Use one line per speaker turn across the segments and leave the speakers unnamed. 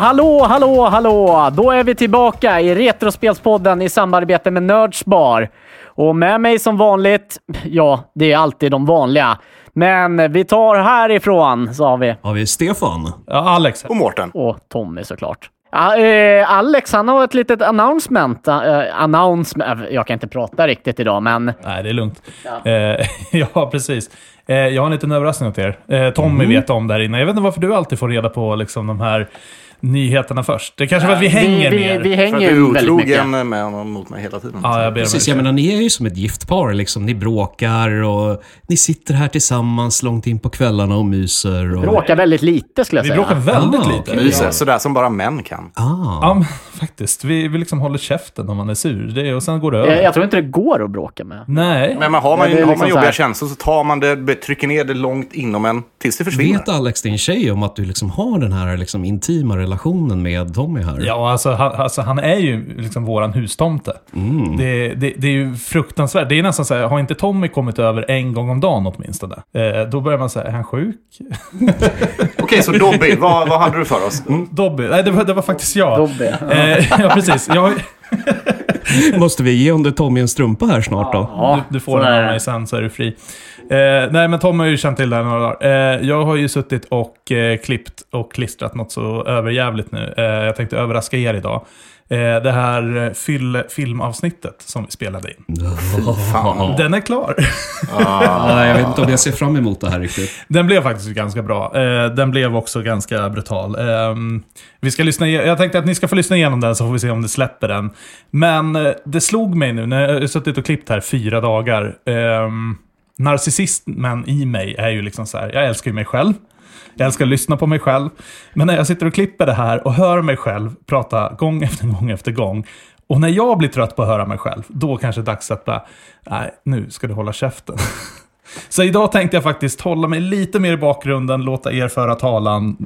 hallå, hallå, hallå! Då är vi tillbaka i Retrospelspodden i samarbete med Nördsbar. Och med mig som vanligt, ja, det är alltid de vanliga. Men vi tar härifrån, sa vi.
Har vi Stefan?
Ja, Alex.
Och Mårten.
Och Tommy såklart. Ja, eh, Alex, han har ett litet announcement. Eh, announcement. Jag kan inte prata riktigt idag, men...
Nej, det är lugnt. Ja, eh, ja precis. Eh, jag har en liten överraskning åt er. Eh,
Mm.
Tommy vet om det här innan. Jag vet inte varför du alltid får reda på liksom, de här nyheterna först. Det är kanske för att vi hänger
vi, vi,
mer.
vi
För att du
hänger
är
ju väldigt mycket.
otrogen med honom mot mig hela tiden.
Ja, jag ber om
Precis,
ursäkt.
jag menar ni är ju som ett gift par liksom. Ni bråkar och ni sitter här tillsammans långt in på kvällarna och myser. Och...
Bråkar väldigt lite, skulle jag
Vi
säga.
bråkar väldigt
Ah,
lite.
okej.
Myser, sådär som bara män kan.
Ah.
Ja, men, faktiskt. Vi, vi liksom håller käften när man är sur. Det, och sen går det över.
Eh, Jag, jag tror inte det går att bråka med.
Nej.
Men man har man,
Ja, det är
har
liksom
man
så
jobbiga
här.
känslor så tar man det, trycker ner det långt inom en tills det försvinner.
Vet Alex, din tjej, om att du liksom har den här liksom intima relationen med Tommy här?
Ja, alltså han, alltså han är ju liksom våran hustomte.
Mm.
Det, det, det är ju fruktansvärt. Det är nästan så här, har inte Tommy kommit över en gång om dagen åtminstone? Eh, då börjar man säga, är han sjuk?
Okej, så Dobby, vad, vad hade du för oss?
Dobby? Nej, det var, det var faktiskt jag.
Dobby, ja.
Eh, ja, precis. Jag, har-
Måste vi ge under Tommy en strumpa här snart då?
Ja,
du, du får den av mig sen så är du fri. Eh, nej, men Tom har ju känt till det här några dagar. Eh, jag har ju suttit och eh, klippt och klistrat något så överjävligt nu. Eh, jag tänkte överraska er idag. Eh, det här eh, fyll- filmavsnittet som vi spelade in.
Fan.
Den är klar.
Ah, jag vet inte om jag ser fram emot det här riktigt.
Den blev faktiskt ganska bra. Eh, Den blev också ganska brutal. Ehm, Vi ska lyssna, ige- jag tänkte att ni ska få lyssna igenom den så får vi se om det släpper den. Men eh, det slog mig nu när jag har suttit och klippt här fyra dagar. Ehm, Narcissismen i mig är ju liksom så här, jag älskar ju mig själv. Jag älskar att lyssna på mig själv. Men när jag sitter och klipper det här och hör mig själv prata gång efter gång efter gång. Och när jag blir trött på att höra mig själv, då kanske det är dags att bara, nej, nu ska du hålla käften. Så idag tänkte jag faktiskt hålla mig lite mer i bakgrunden, låta er föra talan.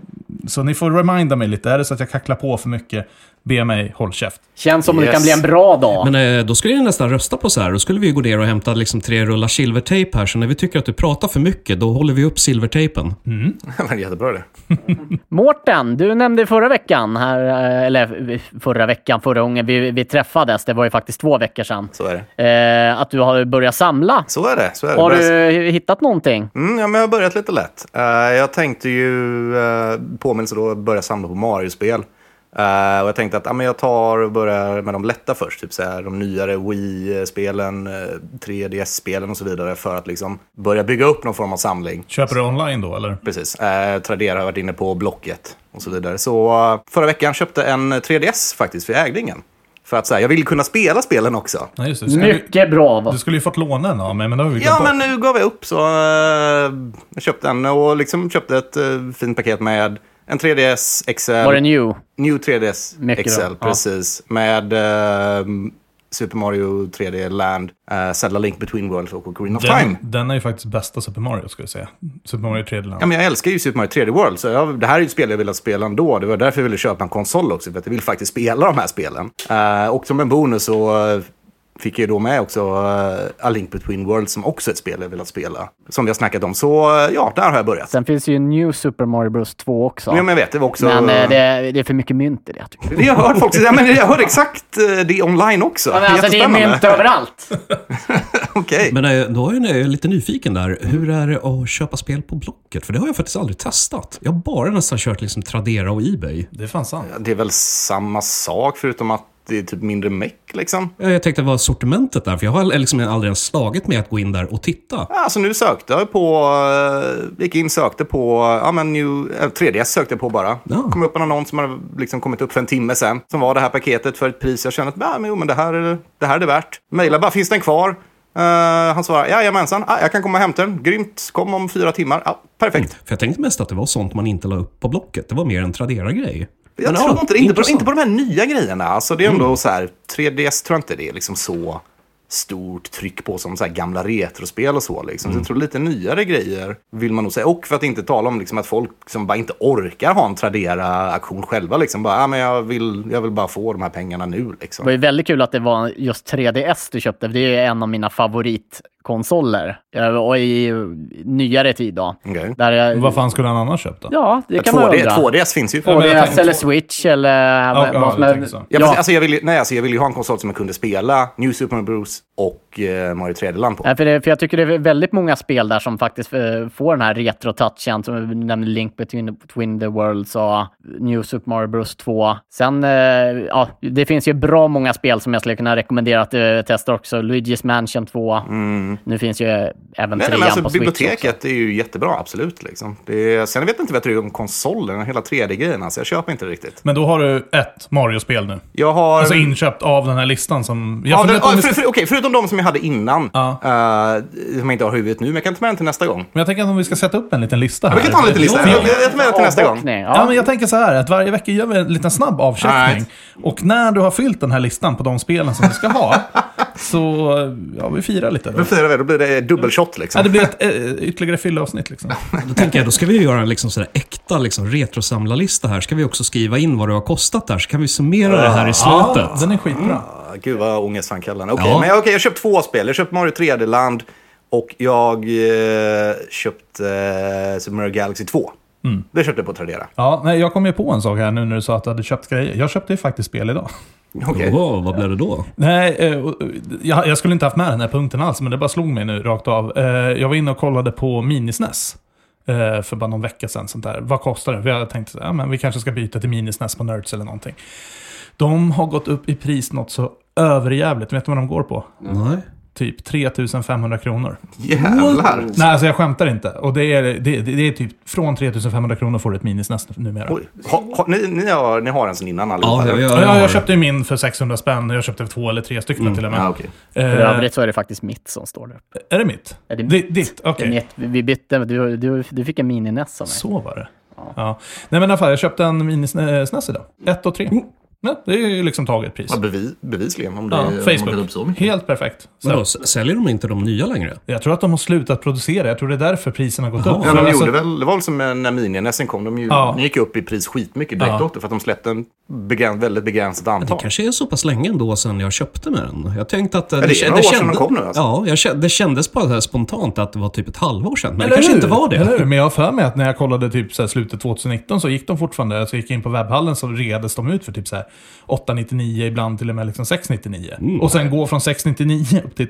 Så ni får reminda mig lite. Är det så att jag kacklar på för mycket, be mig håll käft.
Känns som att det kan
Yes.
bli en bra dag.
Men eh, då skulle jag nästan rösta på så här. Då skulle vi ju gå ner och hämta liksom tre rullar silvertejp här. Så när vi tycker att du pratar för mycket, då håller vi upp silvertejpen.
Jättebra det.
Mårten, du nämnde förra veckan, här, eh, eller förra veckan, förra gången vi, vi träffades, det var ju faktiskt två veckor sedan,
Så är det.
eh, att du har börjat samla.
Så är det. Så är det.
Har
Börja-
du hittat någonting?
Mm, ja, men jag har börjat lite lätt. Eh, jag tänkte ju, uh, påminnelse då, börja samla på Mario-spel. Eh, och jag tänkte att ja, men jag tar och börjar med de lätta först, typ så här, de nyare Wii-spelen, eh, 3DS-spelen och så vidare för att liksom börja bygga upp någon form av samling.
Köper du online då, eller?
Precis. Eh, Tradera har jag varit inne på, Blocket och så vidare. Så eh, förra veckan köpte en 3DS faktiskt, för jag ägde ingen. För att så här, jag vill kunna spela spelen också.
Nej, just det. Ska du,
Mycket bra. va?
du skulle ju fått låna en av mig, men det har vi glömt
Ja,
bort.
men nu gav jag upp så eh, jag köpte en och liksom köpte ett eh, fint paket med en 3DS XL.
Var det new?
New 3DS
Mycket
XL,
bra, ja.
precis. Med eh, Super Mario 3D Land, eh, Zelda Link Between Worlds och Ocarina of Time.
den, den är ju faktiskt bästa Super Mario, skulle jag säga. Super Mario 3D Land.
Ja, men jag älskar ju Super Mario 3D World, så jag, det här är ju ett spel jag ville spela ändå. Det var därför jag ville köpa en konsol också, för att jag vill faktiskt spela de här spelen. Eh, och som en bonus så eh, fick jag ju då med också eh, A Link Between Worlds, som också är ett spel jag ville spela. Som vi har snackat om, så eh, ja, där har jag börjat.
Sen finns ju New Super Mario Bros 2 också.
Ja, men jag vet, det var också...
Men eh, det, det är för mycket mynt i det. typ. tycker jag.
Det har jag hört folk säga, men jag hörde exakt eh, det online också.
Ja, men Alltså, det är
Jättespännande.
mynt överallt.
Okej.
Men eh, då är jag lite nyfiken där. Hur är det att köpa spel på Blocket? För det har jag faktiskt aldrig testat. Jag har bara nästan kört liksom Tradera och Ebay.
Det är fan sant.
Det är väl samma sak, förutom att det är typ mindre meck liksom.
Eh, Jag tänkte vad sortimentet där, för jag har liksom aldrig ens slagit med att gå in där och titta.
Ja, Alltså nu sökte jag på, eh, gick in sökte på, ja men new, eh, 3DS sökte jag på bara.
Ja.
Kom upp en annons som hade liksom kommit upp för en timme sen. Som var det här paketet för ett pris jag kände att, ja men jo men det här, är- det här är det värt. Mejla bara, finns den kvar? Eh, han svarar, jajamensan, ah, jag kan komma och hämta den. Grymt, kom om fyra timmar. Ja, perfekt.
För jag tänkte mest att det var sånt man inte la upp på Blocket. Det var mer en Tradera-grej.
Jag
Men,
tror
ja,
inte det, inte på,
intressant.
inte på de här nya grejerna. Alltså det är ändå så här, 3DS tror jag inte det är liksom så stort tryck på som så här gamla retrospel och så. Liksom. Så jag tror lite nyare grejer vill man nog säga. Och för att inte tala om liksom att folk som bara inte orkar ha en Tradera-aktion själva. Liksom. Bara, ah, men jag, vill, jag vill bara få de här pengarna nu.
Det
Liksom.
var ju väldigt kul att det var just 3DS du köpte. Det är ju en av mina favorit konsoler. eh, Och i eh, nyare tid då.
Okej.
Där jag,
Vad fan skulle han annars köpt då?
Ja, det kan man
2D,
undra.
2DS finns ju.
Ja, men jag
2DS
tänkte-
eller Switch eller
Ja, ja,
vad som
du
är...
tänker så.
Ja, precis. Alltså, jag ville nej, alltså, jag vill ju ha en konsol som jag kunde spela New Super Mario Bros och eh, Mario 3D-land på.
Nej, för, det, för jag tycker det är väldigt många spel där som faktiskt eh, får den här retro-touchen. Som vi nämnde Link between, between the Worlds och New Super Mario Bros 2. Sen, eh, ja, det finns ju bra många spel som jag skulle kunna rekommendera att eh, testa också. Luigi's Mansion 2. Nu finns ju eh, även
Mm. Nej,
trean
men
på
alltså,
Switch
biblioteket
också.
är ju jättebra, absolut. Liksom. Det är, sen vet jag inte vad jag tycker om konsolen, hela 3D-grejen. Alltså, jag köper inte det riktigt.
Men då har du ett Mario-spel nu.
Jag har...
Alltså inköpt av den här listan som... Jag
Ja,
funderar
den,
på om
ah,
vi
för,
ska-
för, okej, förutom de som jag hade innan,
Ja.
eh, som jag inte har i huvudet nu, men jag kan ta med den till nästa gång.
Men jag tänker att om vi ska sätta upp en liten lista här.
Vi kan ta en liten lista.
Jo,
Jag, jag tar med den till nästa gång.
Avbockning,
Ja,
Ja.
men jag tänker så här att varje vecka gör vi en liten snabb avcheckning.
Alright.
Och när du har fyllt den här listan på de spelen som du ska ha, så ja, vi firar lite. Då.
Då firar vi, då blir det dubbelshot liksom.
Ja, det blir ett eh, ytterligare fyllavsnitt liksom.
Då tänker jag, då ska vi ju göra en liksom sådär äkta liksom retrosamlarlista här. Ska vi också skriva in vad det har kostat där, så kan vi summera det här i slutet.
Den är skitbra.
Ah, Gud vad ångestframkallande. Okej,
Ja.
men jag, okej, jag köpte två spel. Jag köpte Mario 3D-land och jag eh, köpte eh, Super Mario Galaxy 2.
Mm.
Det köpte jag på Tradera.
Ja, nej, jag kom ju på en sak här nu när du sa att du hade köpt grejer. Jag köpte ju faktiskt spel idag.
Okej.
Wow, vad blev det då?
Nej, eh, och, eh, jag, jag skulle inte haft med den här punkten alls, men det bara slog mig nu rakt av. Eh, jag var inne och kollade på Minisnäs eh, för bara någon vecka sedan. Sånt där. Vad kostar det? För jag tänkte så här, ja, men vi kanske ska byta till Minisnäs på Nerds eller någonting. De har gått upp i pris något så överjävligt. Vet du vad de går på?
Nej.
Typ 3500 kronor.
Jävlar.
Nej, alltså jag skämtar inte. Och det är, det, det det är typ från 3500 kronor får du ett Minisnäs numera.
Oj. Ha, ha, ni, ni, har, ni har en sån innan allihopa?
Ja, jag,
eller?
jag,
Ja, jag,
har-
köpte ju min för 600 spänn. Jag köpte två eller tre stycken till och med.
Ja, Ah, okej.
För
Eh,
övrigt så Mm. Ah, är det faktiskt mitt som står där uppe.
är det mitt?
Är det
Di-
mitt?
Ditt? Okej.
Det är mitt. Vi vi bytte, du, du, du fick en mini-NES av mig.
Så var det. Ja. Nej men i alla fall, jag köpte en minisnäs idag. 1 och 3.
Mm.
Ja, det är ju liksom taget pris.
Ja, bevi, bevisligen. Om det,
Ja,
om det går upp så
Facebook.
mycket.
Helt perfekt. Så.
Vadå, s- säljer de inte de nya längre?
Jag tror att de har slutat producera. Jag tror det är därför priserna har gått upp.
Ja,
För
de
alltså-
gjorde väl, det var väl som när mininessen kom. De, ju,
Ja.
de gick upp i pris skitmycket direkt
Ja.
åt det för att de släppte en begräns, väldigt begränsat
Det
antal.
kanske är så pass länge ändå sedan jag köpte med den. Jag tänkte att... eh,
det är
kä-
några år sedan de kom nu, alltså.
Ja, jag, kä- det kändes bara så här spontant att det var typ ett halvår sedan. Men
Eller
det kanske
hur?
inte var det.
Eller hur? Men jag har för mig att när jag kollade typ så här slutet 2019 så gick de fortfarande, alltså jag gick in på webbhallen så reddes de ut för typ så här 899 ibland till och med liksom 699.
Mm.
Och sen gå från 699 upp till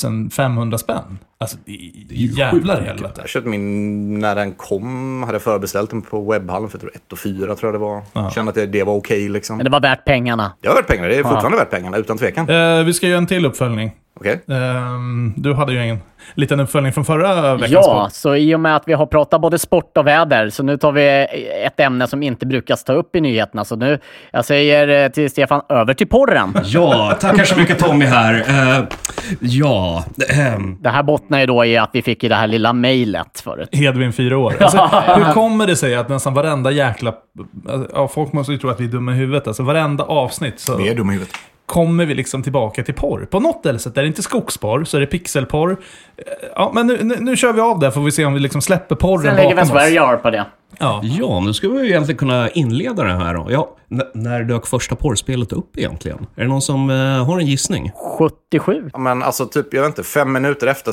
3500 spänn. Alltså det är, det är jävlar i helvete.
Jag köpte min när den kom, hade jag förbeställt den på webbhallen för jag tror 1 och 4 tror jag det var. Kände att det, det var okej liksom.
Men det var värt pengarna.
Det har värt pengarna, det är fortfarande värt pengarna utan tvekan.
Eh, vi ska göra en till uppföljning.
Okej?
Ehm, du hade ju en liten uppföljning från förra veckans
Ja,
podd.
så i och med att vi har pratat både sport och väder, så nu tar vi ett ämne som inte brukas ta upp i nyheterna. Så nu, jag säger eh, till Stefan, över till porren.
Ja, tackar så mycket Tommy här. Eh, ja, ehm,
Det här bottnar ju då i att vi fick i det här lilla mejlet förut.
Hedvin fyra år. Alltså, hur kommer det sig att nästan varenda jäkla... alltså, Ja, folk måste ju tro att vi är dumma i huvudet. Alltså varenda avsnitt så...
Vi är dumma i huvudet.
kommer vi liksom tillbaka till porr. På något eller sätt, är det inte skogsporr så är det pixelporr. Eh, Ja, men nu, nu, nu kör vi av det får vi se om vi liksom släpper porren
Sen lägger vi en
bakom oss.
Sverige på det.
Ja.
ja, nu skulle vi ju egentligen kunna inleda det här då. Ja, n- när dök första porrspelet upp egentligen? Är det någon som eh, har en gissning?
77.
Ja, Men alltså typ, jag vet inte, fem minuter efter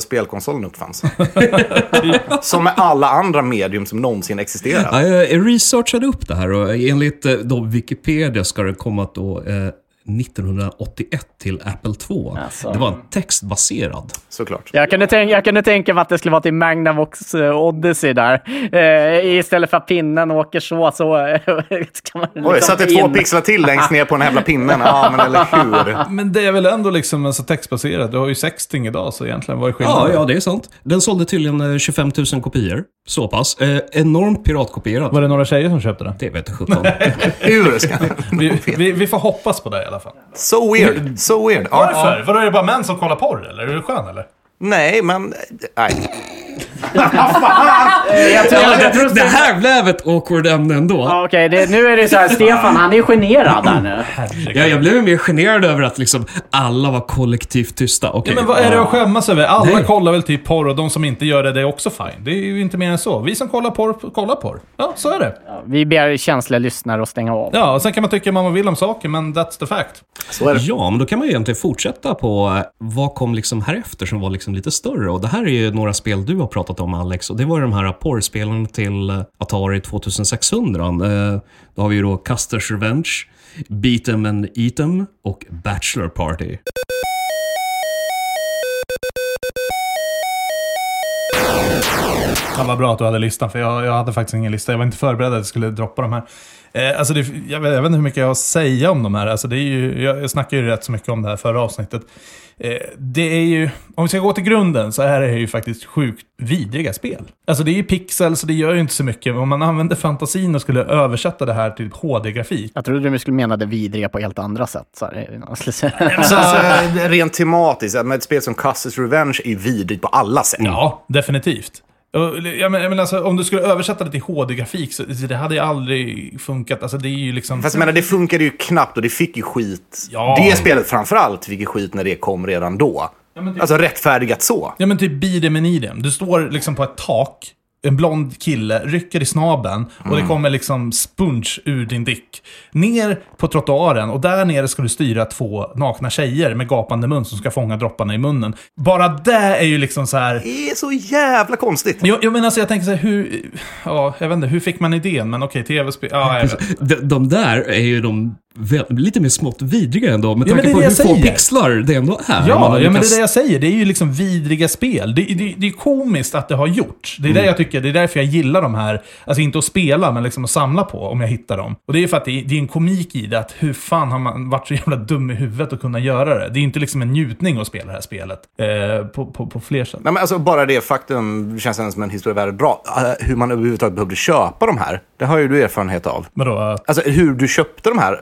spelkonsolen uppfanns. som med alla andra medium som någonsin existerat.
Ja, jag researchade upp det här och enligt eh, då Wikipedia ska det komma då eh, 1981 till Apple 2.
Alltså.
Det var en textbaserad.
Såklart.
Jag kunde, tänka, jag kunde tänka mig att det skulle vara till Magnavox eh, Odyssey där. Eh, istället för att pinnen åker så, så eh, ska man liksom
Oj, satt det två
in.
pixlar till längst ner på den här jävla pinnen. Ja, men eller hur?
Men det är väl ändå liksom alltså, textbaserat. Du har ju sexting idag så egentligen vad är
Ja,
skillnaden?
ja, det är sant. Den sålde tydligen eh, 25 000 kopior. Så pass. Eh, enormt piratkopierad.
Var det några tjejer som köpte det?
Det vet jag sjutton.
Hur ska
Vi, vi, vi får hoppas på det i alla fall.
So weird, so weird. Ja,
Varför? Vadå, är det bara män som kollar porr eller? Är du skön eller?
Nej, men... Nej.
Jag tror, jag tror
det, det här blev ett awkward ämne ändå.
Ja, Okej, det, nu är det så här. Stefan, han är generad här nu.
Ja, jag blev mer generad över att liksom alla var kollektivt tysta. Okej.
Ja, men vad är det att skämmas över? Alla
Nej.
kollar väl typ porr och de som inte gör det, det är också fine. Det är ju inte mer än så. Vi som kollar porr, kollar porr. Ja, så är det.
Vi ber känsliga lyssnare att stänga av.
Ja, och sen kan man tycka vad man vill om saker, men that's the fact.
Så är det.
Ja, men då kan man ju egentligen fortsätta på eh, vad kom liksom härefter som var liksom lite större. Och Det här är ju några spel du har pratat om Alex och det var ju de här porrspelen till eh, Atari 2600. Eh, Då har vi ju då Custer's Revenge, Beat 'em and Eat 'em och Bachelor Party.
Fan vad bra att du hade listan, för jag, jag hade faktiskt ingen lista. Jag var inte förberedd att jag skulle droppa de här. Eh, alltså det, jag, vet, jag vet inte hur mycket jag har att säga om de här. Alltså det är ju, jag, jag snackade ju rätt så mycket om det här förra avsnittet. Eh, det är ju, om vi ska gå till grunden, så här är det ju faktiskt sjukt vidriga spel. Alltså det är ju pixels, så det gör ju inte så mycket. Om man använder fantasin och skulle översätta det här till HD-grafik.
Jag trodde du skulle mena det vidriga på helt andra sätt. Så här, innan jag skulle säga.
Så, alltså, rent tematiskt, att med ett spel som Custer's Revenge är ju vidrigt på alla sätt.
Ja, definitivt. Och, Jag men, jag men alltså, om du skulle översätta det till HD-grafik, så, så det hade ju aldrig funkat. Alltså det är ju liksom...
Fast jag menar, det funkade ju knappt och det fick ju skit.
Ja.
Det spelet framförallt fick ju skit när det kom redan då.
men det-
Alltså rättfärdigat så.
Ja men typ be them and eat them. Du står liksom på ett tak, en blond kille rycker i snaben och det kommer liksom sponge ur din dick. Ner på trottoaren och där nere ska du styra två nakna tjejer med gapande mun som ska fånga dropparna i munnen. Bara det är ju liksom så här...
Det är så jävla konstigt.
Jag, jag menar, alltså, jag tänker så här, hur... Ja, jag vet inte, hur fick man idén? Men okej, tv-spel... Ja, jag vet.
De, de där är ju de vä- lite mer smått vidriga ändå med
Ja, men
tanke
det är
på
det
hur
jag
få
säger.
pixlar det ändå är. Man
Ja,
har
ja men det
lyckats-
är det jag säger. Det är ju liksom vidriga spel. Det, det, det är komiskt att det har gjorts. Det är det jag tycker. Det är därför jag gillar de här. Alltså inte att spela, men liksom att samla på om jag hittar dem. Och det är ju för att det är, det är en komik i det. Att hur fan har man varit så jävla dum i huvudet att kunna göra det? Det är ju inte liksom en njutning att spela det här spelet. Eh, på, på, på fler sätt.
Nej, men alltså, bara det faktum känns ändå som en historia värd att dra. Eh, Hur man överhuvudtaget behövde köpa de här, det har ju du erfarenhet av.
Vadå? eh,
Alltså hur du köpte de här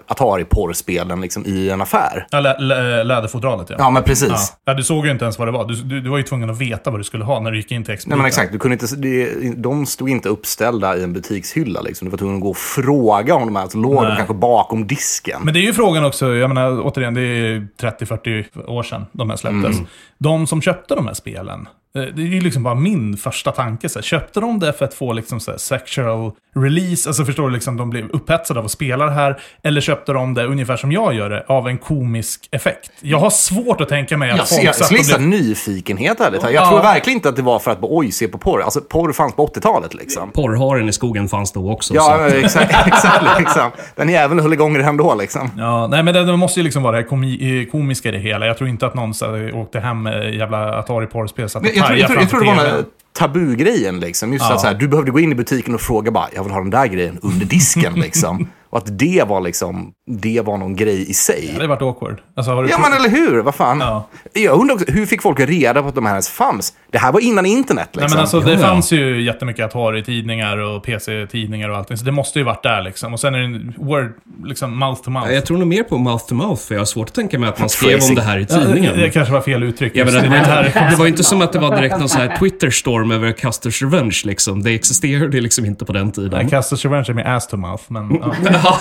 Atari-porrspelen liksom, i en affär.
Ja, lä, lä, läderfodralet ja.
Ja, men precis.
Ja. ja. Du såg ju inte ens vad det var. Du, du, du var ju tvungen att veta vad du skulle ha när du gick in till Explorer.
Nej, men exakt. Du kunde inte, det- de stod inte uppställda i en butikshylla. Liksom. Du var tvungen att gå och fråga om de här. Så låg de kanske bakom disken.
Men det är ju frågan också, jag menar återigen, det är 30-40 år sedan de här släpptes.
Mm.
De som köpte de här spelen, eh, det är ju liksom bara min första tanke. Så här, köpte de det för att få liksom så här, sexual release, alltså förstår du, liksom, de blev upphetsade av att spela det här. Eller köpte de det, ungefär som jag gör det, av en komisk effekt. Jag har svårt att tänka mig att
Jag ser-
folk
jag
satt och
skulle gissa
blev...
nyfikenhet ärligt talat. Jag
Ja.
tror verkligen inte att det var för att bara, oj, se på porr. Alltså porr fanns på 80-talet liksom.
Porrharen i skogen fanns då också.
Ja,
så-
men exakt. exakt liksom. Den jäveln höll igång redan då liksom.
Ja, nej men det, det måste ju liksom vara det komi- eh, komiska i det hela. Jag tror inte att någon så här, åkte hem med jävla Atari porrspel satt och
Jag, jag, tror- jag, tror- jag tror det var den
TV:n.
här tabugrejen. Liksom. Just att så här, du behövde gå in i butiken och fråga bara, jag vill ha den där grejen under disken. liksom. Och att det var, liksom, det var någon grej i sig.
Det hade varit awkward. Alltså, har du
Ja,
provat-
men eller hur? Vad fan?
Ja.
Jag undrar också, hur fick folk reda på att de här ens fanns? Det här var innan internet. Liksom.
Nej, men alltså,
Ja,
det
ja.
fanns ju jättemycket Atari-tidningar och PC-tidningar och allting, så det måste ju varit där liksom. Och sen är det en word, liksom mouth to mouth.
Jag tror nog mer på mouth to mouth, för jag har svårt att tänka mig att man skrev om
Phrasing.
det här i
det, det
tidningen.
kanske var fel uttryck.
Jag
just
menar, det,
i den
var
här
inte, det var inte som att det var direkt någon sån här Twitter-storm över Custer's Revenge liksom. Det existerade liksom inte på den tiden.
Castus Revenge är med ass to mouth, men... Ja.
Ja.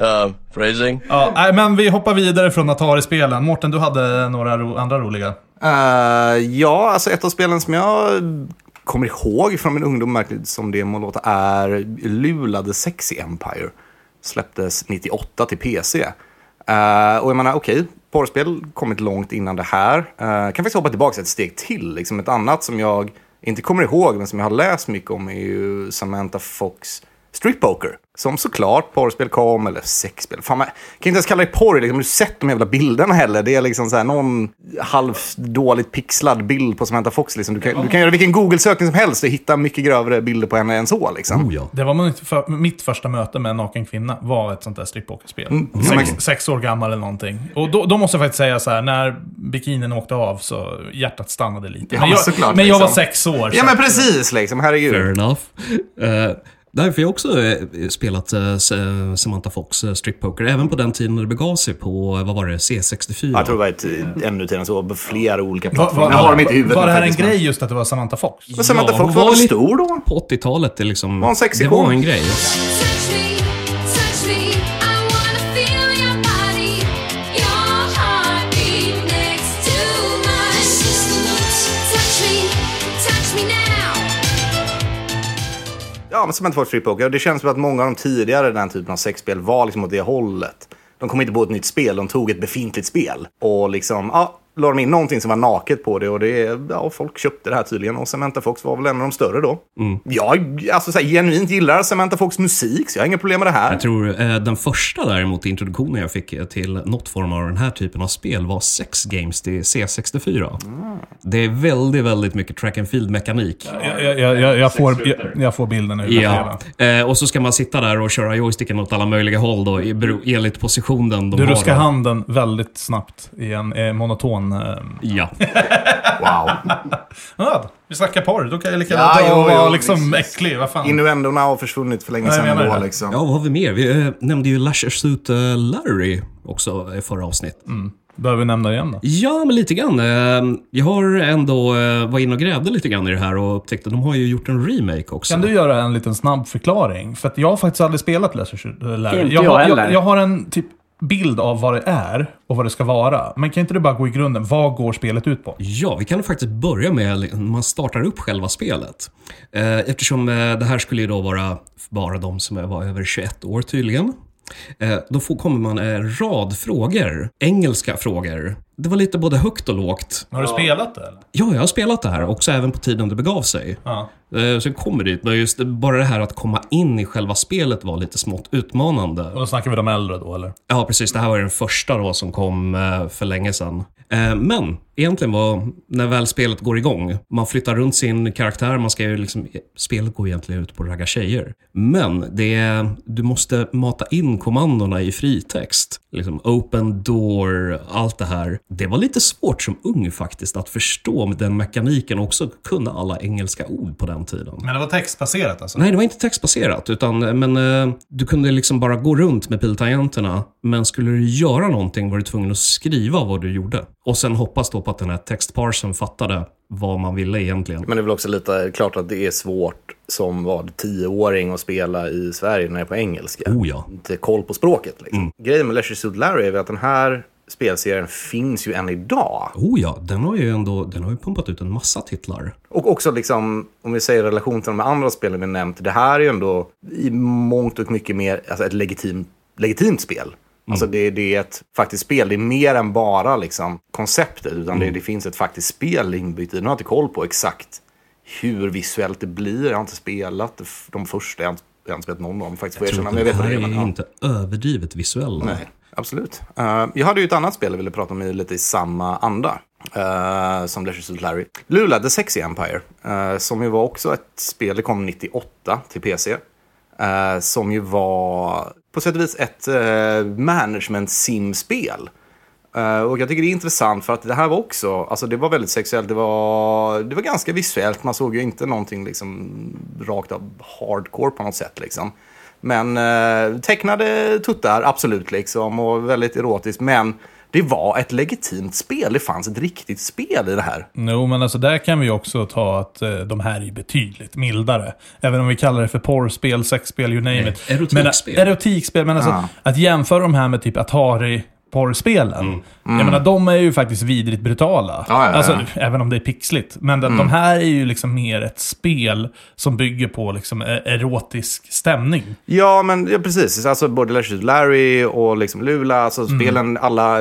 Uh, phrasing?
ja, nej, men vi hoppar vidare från Atari-spelen. Mårten, du hade några ro andra roliga.
Eh, ja, alltså ett av spelen som jag kommer ihåg från min ungdom, märkligt som det må låta, är Lula The Sexy Empire. Släpptes 98 till PC. Eh, och jag menar, okej, porrspel kommit långt innan det här. Eh, kan faktiskt hoppa tillbaka ett steg till. Liksom ett annat som jag inte kommer ihåg, men som jag har läst mycket om är ju Samantha Fox Street Poker. Som såklart porrspel kom, eller sexspel. Fan, man, kan inte ens kalla det porr, liksom, du har sett de jävla bilderna heller. Det är liksom så här någon halvdåligt pixlad bild på Samantha Fox. Liksom. Du, kan, du kan göra vilken Google-sökning som helst och hitta mycket grövre bilder på henne än så. Liksom.
Oh, ja.
Det var mitt, för, mitt första möte med en naken kvinna, var ett sånt där strippokerspel. Sex, sex år gammal eller någonting. Och då, då måste jag faktiskt säga så här, när bikinin åkte av så hjärtat stannade lite.
Ja,
men jag,
såklart,
men jag var
liksom.
sex år. så-
Ja men precis, liksom. herregud.
Fair enough. Eh, Nej, för jag har också eh, spelat eh, S- eh, Samantha Fox eh, Strip Poker, även på den tiden när det begav sig på, eh, vad var det, C64?
Jag tror det var ett, ännu tidigare än så, på flera olika
Va,
plattformar.
va,
Jag har det i mitt huvud.
var det här en
faktiskt, men-
grej just att det var Samantha Fox?
Men Samantha
Ja,
Fox
hon
var
var
väl
lite-
stor då?
på 80-talet, det, liksom,
Var hon sexig
det var
kon?
en grej.
Touch me, touch me. I wanna feel your body, your heartbeat next to mine. Touch me, touch me now.
Ja, men Samantha Fox Strip Poker. Det känns som att många av de tidigare den här typen av sexspel var liksom åt det hållet. De kom inte på ett nytt spel, de tog ett befintligt spel. Och liksom, ja, la de in någonting som var naket på det och det, ja, folk köpte det här tydligen. Och Samantha Fox var väl en av de större då. Jag alltså, så här, genuint gillar Samantha Fox musik, så jag har inga problem med det här.
Jag tror eh, den första däremot introduktionen jag fick eh, till något form av den här typen av spel var Sex Games till C64. Det är väldigt, väldigt mycket track and field-mekanik.
Jag, jag, jag, jag, får, jag, jag får bilden nu.
Ja. Eh, och så ska man sitta där och köra joysticken åt alla möjliga håll då, i- bero- enligt positionen de
Du
har.
ruskar
då.
handen väldigt snabbt i en eh, monoton... Eh,
Ja.
Wow.
ja, vi snackar porr, då kan jag lika
Ja,
gärna
jo,
ja, vara
jo,
liksom
visst.
äcklig. Vad fan?
Innuendorna har försvunnit för länge
Nej, jag
sedan
menar
ändå
det.
liksom.
ja, vad har vi mer? Vi eh, nämnde ju Lash Suit eh, Larry också i förra avsnitt.
Behöver vi nämna det igen då?
Ja, men lite grann. Eh, Jag har ändå eh, var inne och grävde lite grann i det här och upptäckte att de har ju gjort en remake också.
Kan du göra en liten snabb förklaring? För att jag har faktiskt aldrig spelat Lesser Larry.
Inte jag
har,
heller.
Jag, jag har en typ bild av vad det är och vad det ska vara. Men kan inte du bara gå i grunden? Vad går spelet ut på?
Ja, vi kan faktiskt börja med när man startar upp själva spelet. Eh, Eftersom eh, det här skulle ju då vara bara de som var över 21 år tydligen. Eh, Då får, kommer man en rad frågor, engelska frågor. Det var lite både högt och lågt.
Har du spelat det eller?
Ja, jag har spelat det här, också även på tiden det begav sig.
Ja.
Eh, Så jag kommer dit, men just det- bara det här att komma in i själva spelet var lite smått utmanande.
Och då snackar vi de äldre då eller?
Ja, precis. Det här var ju den första då som kom eh, för länge sedan. Eh, Men egentligen var när väl spelet går igång, man flyttar runt sin karaktär, man ska ju liksom, spelet går egentligen ut på att ragga tjejer. Men det är, du måste mata in kommandona i fritext. Liksom open door, allt det här. Det var lite svårt som ung faktiskt att förstå med den mekaniken och också kunna alla engelska ord på den tiden.
Men det var textbaserat alltså?
Nej, det var inte textbaserat. Utan, men eh, du kunde liksom bara gå runt med piltangenterna. Men skulle du göra någonting var du tvungen att skriva vad du gjorde. Och sen hoppas då på att den här textparsen fattade vad man ville egentligen.
Men det är väl också lite klart att det är svårt som vad, tioåring att spela i Sverige när det är på engelska.
Oh ja.
inte koll på språket. Liksom. Grejen med Leisure Suit Larry är väl att den här spelserien finns ju än idag.
Oh ja, den har ju ändå den har ju pumpat ut en massa titlar.
Och också liksom, om vi säger i relation till de andra spelen vi nämnt, det här är ju ändå i mångt och mycket mer alltså ett legitimt, legitimt spel. Alltså det, det är ett faktiskt spel, det är mer än bara liksom konceptet, utan det, det finns ett faktiskt spel inbyggt i. Nu har jag inte koll på exakt hur visuellt det blir, jag har inte spelat de första, jag har inte, jag har inte spelat någon av dem faktiskt, får jag erkänna. Men jag
det
vet vad
här
det
är
är. men,
ju
ja.
inte överdrivet visuella.
Nej, absolut. Eh, jag hade ju ett annat spel jag ville prata om i lite i samma anda. eh, som Leisure Suit Larry. Lula, The Sexy Empire. eh, som ju var också ett spel, det kom 98 till PC. eh, som ju var på sätt och vis ett eh, management sim-spel. Eh, och jag tycker det är intressant för att det här var också, alltså det var väldigt sexuellt, det var, det var ganska visuellt, man såg ju inte någonting liksom rakt av hardcore på något sätt liksom. Men eh, tecknade tuttar, absolut liksom, och väldigt erotiskt, men det var ett legitimt spel, det fanns ett riktigt spel i det här.
Jo, men alltså där kan vi också ta att eh, de här är betydligt mildare. Även om vi kallar det för porrspel, sexspel, you name it.
erotikspel.
Men, erotikspel, men alltså
Ah.
att jämföra de här med typ Atari porrspelen. Jag menar, de är ju faktiskt vidrigt brutala.
Mm. ja, Mm. ja.
Alltså, även om det är pixligt. Men de, de här är ju liksom mer ett spel som bygger på liksom eh, erotisk stämning.
Ja, men ja, precis. Alltså, både Leisure Suit Larry och liksom Lula, alltså spelen, alla,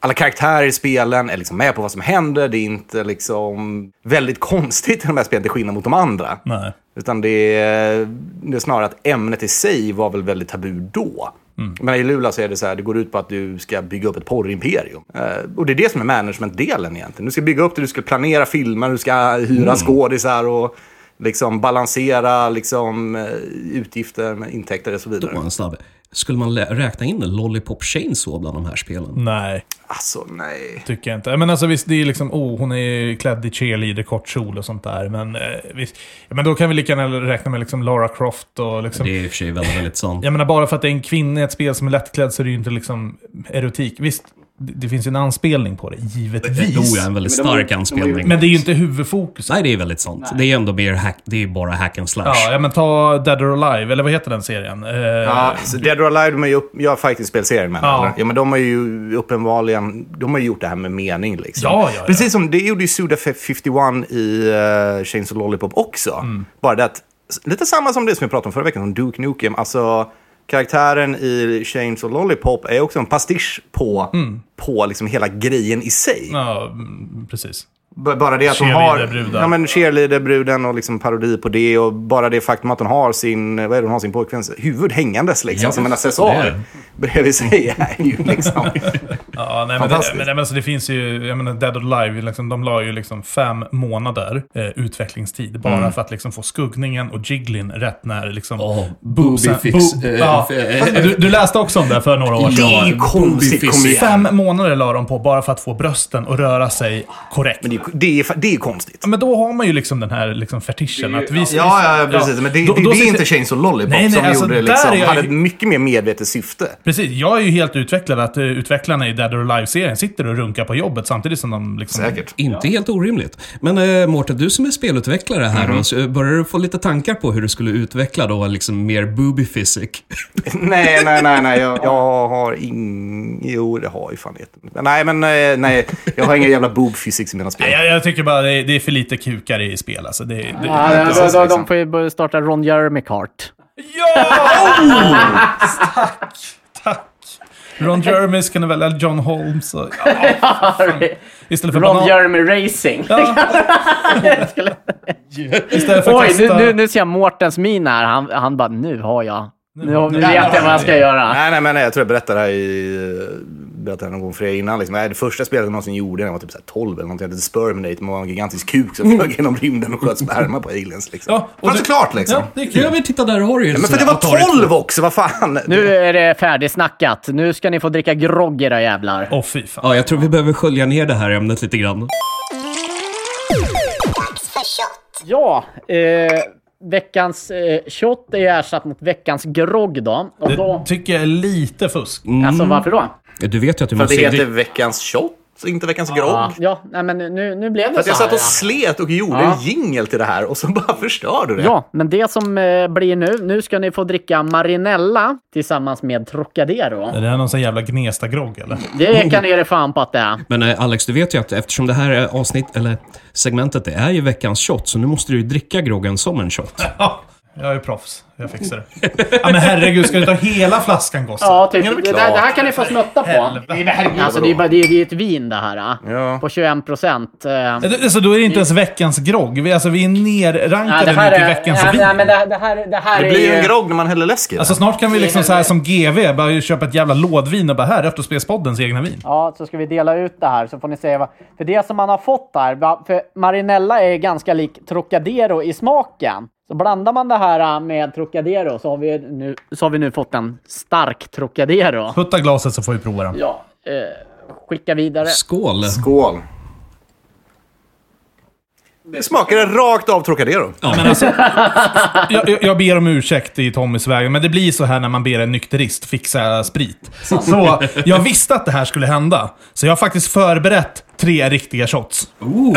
alla karaktärer i spelen är liksom med på vad som händer. Det är inte liksom väldigt konstigt i de här spelen till skillnad mot de andra.
Nej.
Utan det är, det är snarare att ämnet i sig var väl väldigt tabu då. Men i Lula så är det så här, det går ut på att du ska bygga upp ett porrimperium. Eh, och det är det som är managementdelen egentligen. Du ska bygga upp det, du ska planera filmer, du ska hyra skådisar och liksom balansera liksom, eh, utgifter med intäkter och så vidare.
Då var han snabb. Skulle man lä- räkna in Lollipop Chainsaw bland de här spelen?
Nej,
Alltså nej.
tycker jag inte. Men alltså visst, det är liksom, oh, hon är klädd i cheerleader, kort kjol och sånt där. Men, eh, visst, ja, men då kan vi lika gärna räkna med liksom Lara Croft och liksom...
Det är i och för sig väldigt, väldigt sant.
Jag menar, bara för att det är en kvinna i ett spel som är lättklädd så är det ju inte liksom erotik. Visst, det, det finns ju en anspelning på det, givetvis.
Jo, Oh ja, en väldigt
Men de-
stark
de- de-
anspelning.
Men det är ju inte huvudfokus.
Nej, det är väldigt sant. Det är ändå mer hack, det är bara hack and slash.
Ja, ja, men ta Dead or Alive, eller vad heter den serien? Eh,
Ja, så Dead or Alive, de är ju upp, gör fighting-spelserien med
Ja.
ja. ja, men de har ju uppenbarligen, de har ju gjort det här med mening liksom.
Ja, ja, ja.
Precis som, det gjorde ju Suda 51 i uh, Chains of Lollipop också.
Mm.
Bara det att, lite samma som det som jag pratade om förra veckan, som Duke Nukem. Alltså, karaktären i Chains of Lollipop är också en pastisch på, på liksom hela grejen i sig.
Mm. Ja, mm, precis.
B- Bara det att hon har
Cheerleaderbrudar.
ja, men cheerleaderbruden och liksom parodi på det och bara det faktum att hon har sin, vad är det hon har sin pojkväns huvud hängandes liksom
Ja,
som en
det är
accessoar
det.
bredvid sig är ju liksom.
Ja, nej, men det,
Fantastiskt.
men, nej, men alltså, det finns ju, jag menar Dead or Alive, liksom, de la ju liksom fem månader eh, utvecklingstid bara
Mm.
för att liksom få skuggningen och jigglin rätt när liksom...
Ja,
boobsen-
booby fix,
boob-
eh,
ja.
eh, eh,
du, du läste också om det för några år
Det är ju
sedan.
konstigt, kom igen.
Fem månader la de på bara för att få brösten att röra sig korrekt.
Men det är ju- det är, fa- det är ju konstigt.
Ja, Men då har man ju liksom den här liksom fetischen. Att vi,
Ja, ja, precis. Men det,
Då-
det,
då
det är
sitter-
inte Chains och Lollipop
Nej, nej,
som
alltså,
gjorde
där
det liksom.
är jag
hade
ju-
ett mycket mer medvetet syfte.
Precis, jag är ju helt utvecklad att eh, utvecklarna i Dead or Alive-serien sitter och runkar på jobbet samtidigt som de liksom...
Säkert.
Inte helt orimligt. Men äh, Mårten, du som är spelutvecklare här, då, så eh, börjar du få lite tankar på hur du skulle utveckla då liksom mer booby physic?
Nej, nej, nej, nej. Jag, jag har ing... Jo, det har jag ju fan inte. Nej, men eh, nej. Jag har inga jävla boob physics i mina spel.
Nej, jag, jag tycker bara det är, det är för lite kukar i spel alltså. Det, det,
Ja,
det-
de,
precis,
de,
liksom.
de får ju börja starta Ron Jeremy Kart.
Ja! Tack! Tack! Ron Jeremys kan du välja John Holmes och, ja, istället för
Ron
banan.
Jeremy Racing.
Istället för
Oj,
att
nu,
kasta...
nu, nu ser jag Mårtens min här. Han, han bara, nu har jag. Nu, har- nu vet jag vad jag ska göra.
Nej, nej, men nej, jag tror jag berättade det här i, berättade det någon gång för er innan. Liksom. Nej, Det första spelet jag någonsin gjorde när jag var typ så här 12 eller någonting, jag hette Sperminate. Man var en gigantisk kuk som flög genom rymden och sköt sperma på aliens. Liksom.
Ja, och
Fan,
du-
såklart liksom.
Ja, det är
Ja,
kul.
men titta där har du ju
Men för att jag var 12 också, vad fan!
Nu är det färdigsnackat. Nu ska ni få dricka grogg era jävlar.
Åh, fy fan.
Ja, jag tror vi behöver skölja ner det här ämnet lite grann.
Ja, eh, veckans eh, shot är ju ersatt mot veckans grogg då. Och
Det
då
tycker jag är lite fusk.
Mm.
alltså varför då?
Du vet ju att du
För att det
måste...
heter veckans shot, inte veckans grogg.
Ja, nej, men nu, nu blev
Mm. För
det
att jag
så
satt
här.
och slet och gjorde
Ja.
en jingel till det här och så bara förstörde du det.
Ja, men det som eh, blir nu, nu ska ni få dricka Marinella tillsammans med Trocadero.
Är det här någon sån jävla Gnesta-grogg eller?
Det kan ni ge er fan på att det är.
Men eh, Alex, du vet ju att eftersom det här är avsnitt, eller segmentet, det är ju veckans shot, så nu måste du ju dricka groggen som en shot.
Ja, jag är proffs. Jag fixar det. Ja, men herregud, ska du ta hela flaskan gosse?
Ja,
Ja,
typ.
men
Det, där,
klart.
det här kan ni få snutta på.
Helvete.
Alltså, det är, bara, det, är, det är ett vin det här. eh, På 21 procent. Eh,
Alltså, då är det inte ens veckans grogg. Vi, alltså, vi är
ja,
nerrankade nu till veckans
ja,
vin.
nej, men det, det här, det här
Det
är
blir ju en
ju-
grogg när man häller läsk i det.
Alltså snart kan vi liksom
Mm.
så här som GV bara köpa ett jävla lådvin och bara här, Efterspelspoddens egna vin.
Ja, så ska vi dela ut det här så får ni se vad... För det som man har fått här, va- för Marinella är ganska lik Trocadero i smaken. Så blandar man det här äh, med Trocadero så har vi nu, så har vi nu fått en stark Trocadero.
Putta glaset så får vi prova den.
Ja, eh, skicka vidare.
Skål!
Skål. Det smakade rakt av Trocadero.
Jag, jag, jag ber om ursäkt i Tommys vägen, men det blir så här när man ber en nykterist fixa sprit. Så jag visste att det här skulle hända, så jag har faktiskt förberett tre riktiga shots.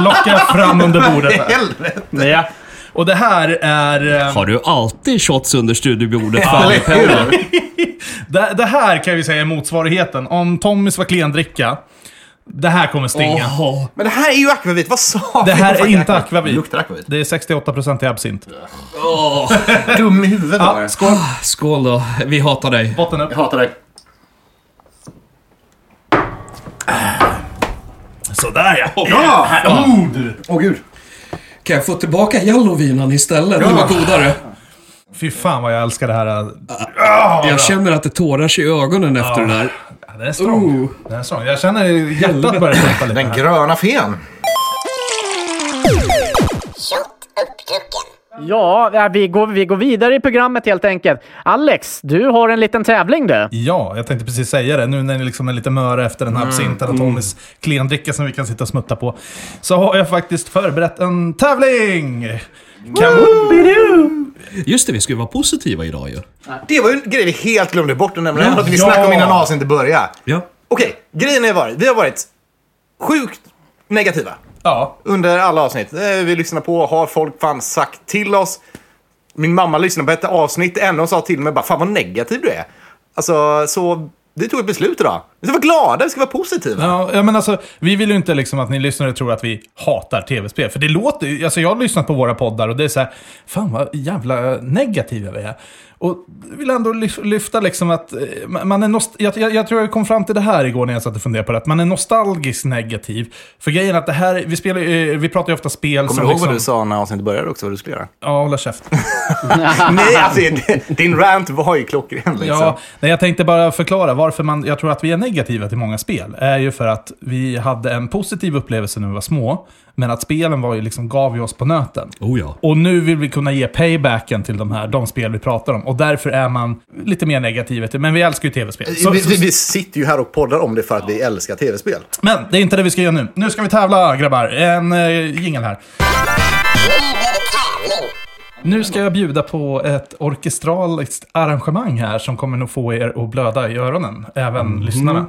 Plocka fram under bordet. här.
Helvete.
Ja. Och det här är... eh,
Har du alltid shots under studiobordet? Fan, det är pengar.
Det, det här kan vi säga är motsvarigheten. Om Tommys var klendricka, det här kommer stinga.
Jaha.
Men det här är ju akvavit, vad sa
Det
vi?
här är
Fucking
inte akvavit.
Luktar akvavit.
Det är 68% i absint.
Dum i huvudet var det.
Skål!
Skål då. Vi hatar dig.
Botten upp.
Jag hatar dig.
Sådär ja!
Ja! Oh, du. Åh gud.
Kan jag få tillbaka Jallovinan istället? Den var godare.
Fy fan vad jag älskar det här.
Jag känner att det tårar sig i ögonen efter det där.
Det är strong.
Oh.
Det är strong. Jag känner hjärtat börjar pumpa lite.
Den
här.
gröna fen.
Ja, eh, vi går, vi går vidare i programmet helt enkelt. Alex, du har en liten tävling du.
Ja, jag tänkte precis säga det. Nu när ni liksom är lite möra efter
Mm,
den här absinten och Tommys klendricka som vi kan sitta och smutta på. Så har jag faktiskt förberett en tävling! Kan...
Just det, vi ska ju vara positiva idag ju.
Det var ju en grej vi helt glömde bort, och nämligen
Ja.
att vi snackade om innan avsnittet började.
Ja.
Okej, grejen är varit, vi har varit sjukt negativa
Ja,
under alla avsnitt. Eh, Vi lyssnar på, har folk fan sagt till oss. Min mamma lyssnade på ett avsnitt ännu och sa till mig bara, fan vad negativ du är. Alltså, så vi tog ett beslut idag. Vi ska vara glada, vi ska vara positiva.
Ja, ja, men alltså, vi vill ju inte liksom att ni lyssnare tror att vi hatar tv-spel. För det låter ju- alltså jag har lyssnat på våra poddar och det är så här, fan vad jävla negativa vi är. Och vill ändå lyf- lyfta liksom att, eh, man är nost- jag, jag, jag tror jag kom fram till det här igår när jag satt och funderade på det, att man är nostalgiskt negativ. För grejen är att det här, vi, spelar, ju- eh, vi pratar ju ofta spel
Kommer
som
du ihåg
liksom...
vad du sa när avsnittet började också, vad du skulle göra?
Ja, hålla käften.
Nej, alltså din rant var ju klockren liksom.
Ja, nej, jag tänkte bara förklara varför man, jag tror att vi är negativa till många spel. är ju för att vi hade en positiv upplevelse när vi var små, men att spelen var ju liksom, gav ju oss på nöten.
Oh ja.
Och nu vill vi kunna ge paybacken till de här, de spel vi pratar om. Och därför är man lite mer negativ. till- Men vi älskar ju tv-spel. Så,
Eh, vi, vi,
så,
vi sitter ju här och poddar om det för att vi älskar tv-spel.
men det är inte det vi ska göra nu. Nu ska vi tävla grabbar. En eh, jingel här. Nu ska jag bjuda på ett orkestraliskt arrangemang här som kommer nog få er att blöda i öronen, även lyssnarna.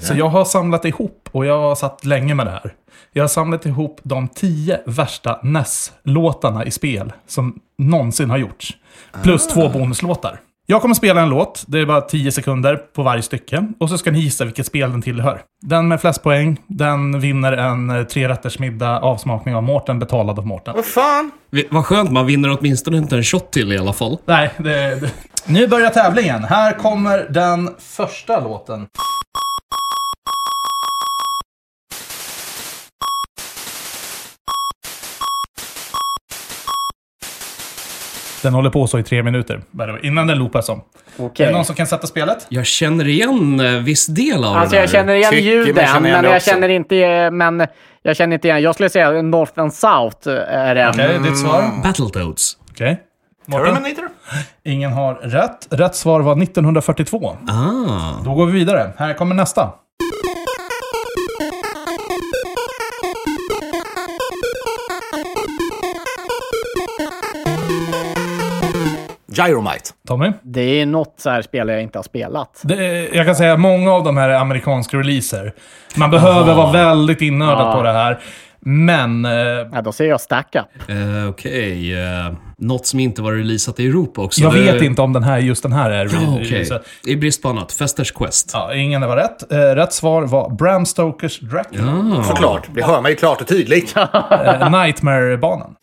Så jag har samlat ihop, och jag har satt länge med det här. Jag har samlat ihop de tio värsta NES-låtarna i spel som någonsin har gjorts. Plus två bonuslåtar. Jag kommer spela en låt, det är bara 10 sekunder på varje stycke. Och så ska ni gissa vilket spel den tillhör. Den med flest poäng, den vinner en eh, trerättersmiddag avsmakning av Mårten, betalad av Mårten.
Vad fan?
Vi- Vad skönt, man vinner åtminstone inte en shot till i alla fall.
Nej, det, det... Nu börjar tävlingen. Här kommer den första låten. Den håller på så i tre minuter, by the way, innan den loopas om. Är
Okej.
det någon som kan sätta spelet?
Jag känner igen eh, viss del av
Alltså
det
jag känner igen
Tycker man
ljuden,
känner igen
men
det
jag
också.
känner inte eh, men jag känner inte igen. Jag skulle säga North and South eh, är det.
Okej, ditt svar?
Battletoads.
Okej. Mårten?
Terminator?
Ingen har rätt. Rätt svar var 1942.
Ah.
Då går vi vidare. Här kommer nästa.
Gyromite.
Tommy?
Det är något så här spel jag inte har spelat.
Det, är- jag kan säga att många av de här är amerikanska releaser. Man behöver vara väldigt innördad på det här. Men... Eh,
Ja, då säger jag Stack Up.
Eh, Okej. eh, något som inte var releasat i Europa också.
jag
Det-
vet inte om den här, just den här är
Ja,
re-
Okej.
releaser.
I brist på annat. Festers Quest.
Ja, ingen var rätt. Eh, rätt svar var Bram Stokers Dracula.
Ah.
Såklart, det hör man ju klart och tydligt.
Eh, Nightmare-banan.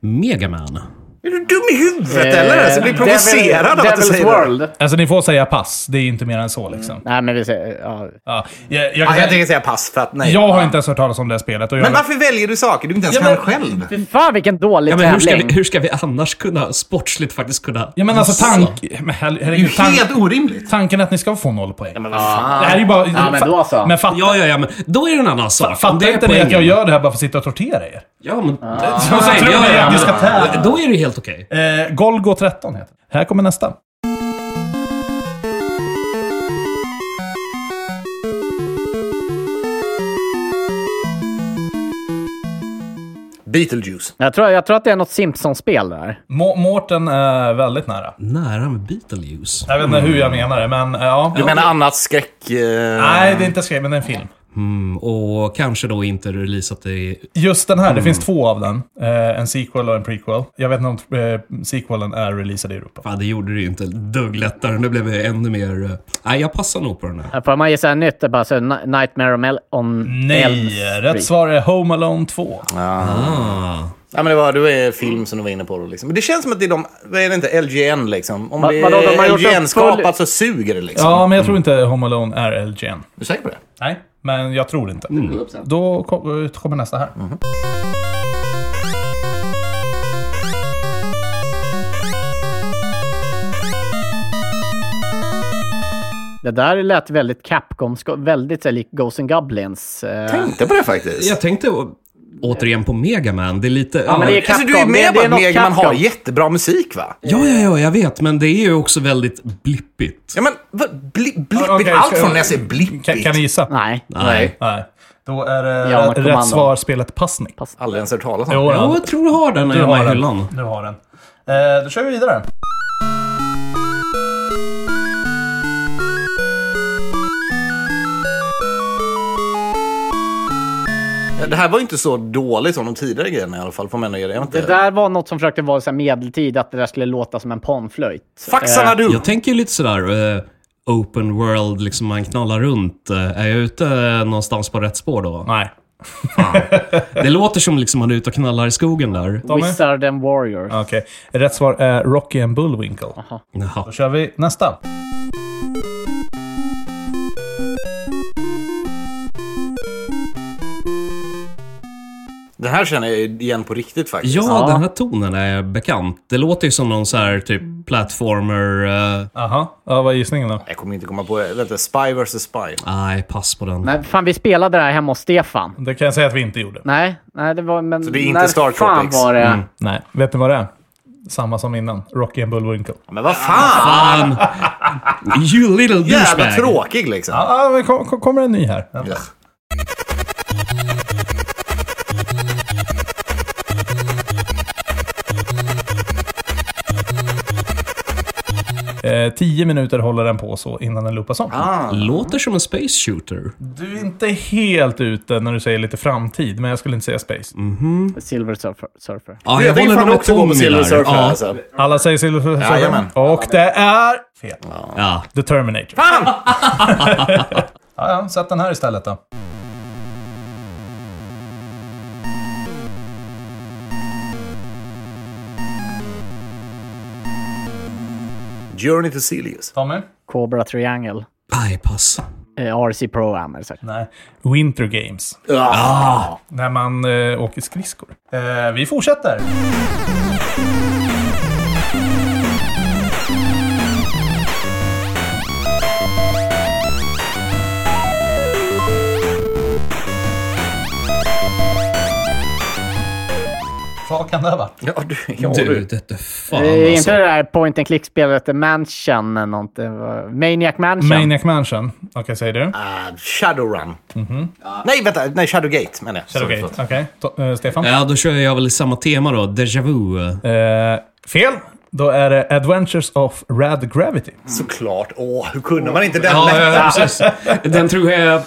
Mega Man.
Är du dum i huvudet eller? Alltså, jag blir
Devil-
provocerad av att du
Eh, Devil's
säger det.
World.
Alltså ni får säga pass, det är inte mer än så liksom.
Nej, men vi säger... Ja.
Ja, jag, jag,
Ah,
kan
jag
säga,
tänker säga pass för att nej.
jag har inte ens hört talas om det här spelet. Och jag,
Men varför väljer du saker? Du är inte ens
Ja,
ja,
men-
själv.
Fy fan vilken dålig
Ja, men hur,
tävling.
ska vi, hur ska vi annars kunna sportsligt faktiskt kunna...
ja men alltså tank... Men, her-
Det är ju
herregud, tank,
helt orimligt.
tanken att ni ska få noll poäng.
Men vad fan.
det här är ju bara...
Ja, men då så.
Men fatta,
Ja, ja, ja, men då är det en annan sak. Om
fattar
är
inte ni att jag
poängen-
gör det här bara för att sitta och tortera er?
Ja, men...
Och så
Nej,
tror
ja,
ni
ja,
att ni
men-
ska tävla.
Då är det ju helt okej.
Eh, Golgo 13 heter det. Här kommer nästa.
Beetlejuice.
Jag, tror, jag tror att det är något Simpsons-spel där.
Må- Mårten är väldigt nära.
Nära med Beetlejuice.
Jag vet inte hur jag menar det, men eh, ja.
Du menar annat skräck... eh,
Nej, det är inte skräck, men det är en film.
Mm, och kanske då inte releasat i...
Just den här, det finns två av den. Eh, en sequel och en prequel. Jag vet inte om eh, sequelen är releasad i Europa.
Fan, det gjorde det ju inte ett dugg lättare. Det blev det ännu mer... eh, Nej, jag passar nog på den här.
Här Får man gissa en nytt? Det är bara så, Ni- Nightmare on, El- on Elm
Nej,
Street.
rätt svar är Home Alone 2.
Ah.
Ja, men det var, det var film som du var inne på då. Liksom. Men det känns som att det är de... Vad är det inte? LGN liksom. Om
Va-
det
vadå, de har
är
gjort en full-
LGN-skapat så suger det liksom.
Ja, men jag tror inte Home Alone är LGN.
Du är säker på det? Mm.
Nej, men jag tror inte. Då kom- kommer nästa här.
Det där lät väldigt Capcom, sko- väldigt så här, lik Ghosts and Goblins. eh.
Tänkte på det faktiskt.
Jag tänkte å- återigen på Mega Man. Det är lite... Ja,
men det är-
Alltså, du är
Capcom, det-
med
det
på
är
att
något
Megaman har
Capcom.
jättebra musik va?
ja, ja, ja, jag vet. Men det är ju också väldigt blippigt.
Ja men, vad, bli, blippigt?
Okej, ska-
Allt från när jag säger blippigt.
Kan, kan ni gissa?
Nej.
Nej.
Nej. Då är det
Ja, men kommando.
rätt svar spelet passning.
Aldrig ens hört talas om.
Jo,
Ja, jag tror du har den
du
hemma i
har
hyllan.
den. Du har den. Eh, då kör vi vidare.
Det här var ju inte så dåligt som de tidigare grejerna i alla fall, får man ändå ge det. Jag vet
Det
inte.
där var något som försökte vara så här medeltid, att det där skulle låta som en panflöjt.
Faxarna du!
Jag tänker ju lite sådär eh, open world, liksom man knallar runt. Eh, är jag ute eh, någonstans på rätt spår då?
Nej.
Det låter som liksom man är ute och knallar i skogen där.
Tommy?
Wizard and Warrior.
Okej. Rätt svar är Rocky and Bullwinkle.
Jaha.
Då kör vi nästa.
Den här känner jag igen på riktigt faktiskt.
Ja, den här tonen är bekant. Det låter ju som någon så här typ platformer... eh,
Aha. Ja, vad är gissningen då?
Jag kommer inte komma på det. Vänta, Spy vs Spy.
Nej, pass på den.
Nej, fan vi spelade det här hemma hos Stefan.
Det kan jag säga att vi inte gjorde.
Nej, nej det var... Men
det är inte
när
Star
fan
Tropics? Mm.
var det?
Nej. Vet ni vad det är? Samma som innan. Rocky and Bullwinkle.
Men vad fan!
Fan! You little
Jävla
douchebag!
tråkig liksom.
Ja, ah, men kom, kom, kommer en ny här.
Ja.
Eh, tio minuter håller den på så innan den loopas om.
Låter som en space shooter.
Ah. Du är inte helt ute när du säger lite framtid, men jag skulle inte säga space.
Silver Surfer. surfer.
Ja,
Jag tänker fan också gå på Silver Surfer.
Ja,
Alltså.
Alla säger Silver Surfer.
Jajamän.
Och det är... Fel.
ja.
The Terminator. Fan! ja, ja, sätt den här istället då.
Journey to Silius.
Tommy?
Cobra Triangle.
Nej, pass.
Eh, RC Pro Am. eller så.
Nej. Winter Games. Ah, När man eh, åker skridskor. Eh, vi fortsätter. Vad kan det ha varit?
Ja, du. Ja,
Du,
du.
dette fan
Det är inte
alltså.
det där point and click-spelet The Mansion eller nånt. det var- Maniac Mansion.
Maniac Mansion. Okej, säger du?
Ah, Shadowrun. Nej, vänta. Nej, Shadowgate menar jag. Sorry,
Okej,
förlåt.
okej. To- eh, Stefan?
Ja, då kör jag väl samma tema då. Déjà vu.
Eh, fel. Då är det Adventures of Rad Gravity.
Såklart. Åh, hur kunde man inte den
Ja,
lätta?
ja, precis. Den tror jag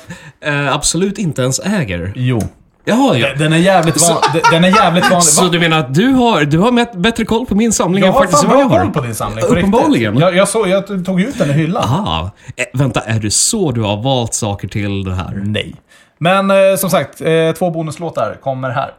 eh, absolut inte ens äger.
Jo.
Jaha, ja.
Eh, Den är jävligt van... den- Den är jävligt vanlig.
Så
Va?
du menar att du har, du har mätt bättre koll på min samling
Jag
än
har
faktiskt
fan
vad jag
bra
har?
koll på din samling. på
Uppenbarligen.
riktigt. Jag, jag, såg, jag tog ut den i hyllan.
Aha. Eh, vänta, är det så du har valt saker till det här?
Nej. Men eh, som sagt, eh, två bonuslåtar kommer här.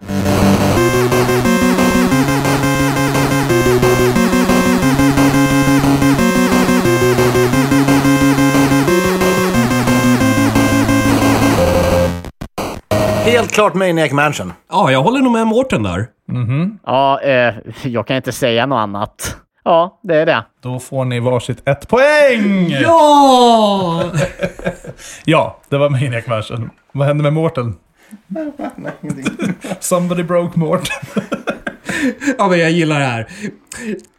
Helt klart Maniac Mansion.
Ja, jag håller nog med Mårten där.
Ja, eh, jag kan inte säga något annat. Ja, det är det.
Då får ni varsitt ett poäng! Ja,
Ja!
det var Maniac Mansion. Vad hände med Mårten? Somebody broke Mårten.
Ja, men jag gillar det här.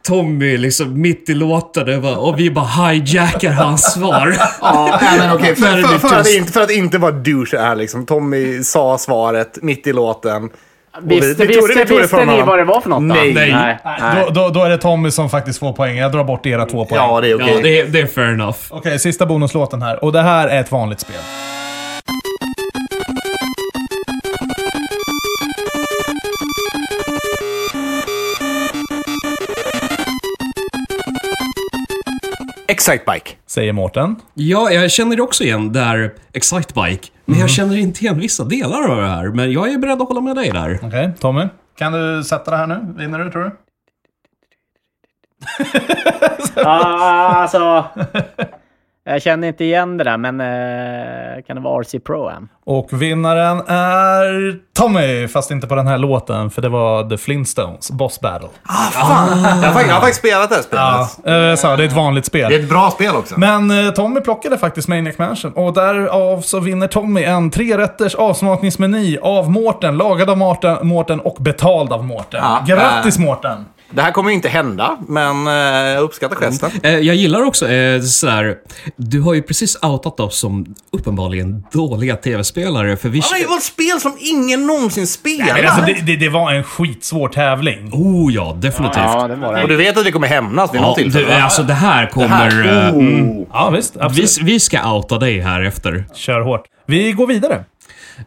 Tommy liksom mitt i låten det var- och vi bara hijackar hans svar.
Ja, nej, men okej.
Där är
För, för,
det
för, att
tyst.
inte, för att inte vara douche här liksom. Tommy sa svaret mitt i låten. Och
Visste,
vi tog det-
visste,
vi tog det
visste
från
ni
honom.
vad det var för något då?
Nej.
Nej.
Nej. Nej.
Då, då, då är det Tommy som faktiskt får poäng. Jag drar bort era två poäng.
Ja, det är okej.
Ja, det, är- det är fair enough.
Okej, sista bonuslåten här. Och det här är ett vanligt spel.
Excitebike.
Säger Mårten.
Ja, jag känner också igen där Excitebike. Men jag känner inte igen vissa delar av det här. Men jag är beredd att hålla med dig där.
Okej, Tommy. Kan du sätta det här nu? Vinner du, tror du?
Ja, alltså... Jag känner inte igen det där, men eh, kan det vara RC Pro Am?
Och vinnaren är Tommy, fast inte på den här låten, för det var The Flintstones, Boss Battle.
Jag har, fakt- jag har faktiskt spelat det här spelet.
Ja, eh, jag sa, det är ett vanligt
Det
spel.
är ett bra spel också.
Men eh, Tommy plockade faktiskt Maniac Mansion och därav så vinner Tommy en trerätters avsmakningsmeny av Mårten, lagad av Mårten, Mårten och betald av Mårten.
Ja,
Grattis Mårten!
Det här kommer ju inte hända, men eh, jag uppskattar gesten.
Eh, Jag gillar också eh, sådär, du har ju precis outat oss som uppenbarligen dåliga tv-spelare. För vi...
Ja, men Det var ett spel som ingen någonsin
Men alltså, det,
spelar.
det, det var en skitsvår tävling.
Oh ja, definitivt.
det var det.
Och du vet att vi kommer hämnas vid
Ja,
något tillfälle.
du,
va?
alltså det här
Det
kommer...
här.
eh,
Oh.
Ja, visst.
vi,
Absolut.
vi ska outa dig här efter.
Kör hårt. Vi går vidare.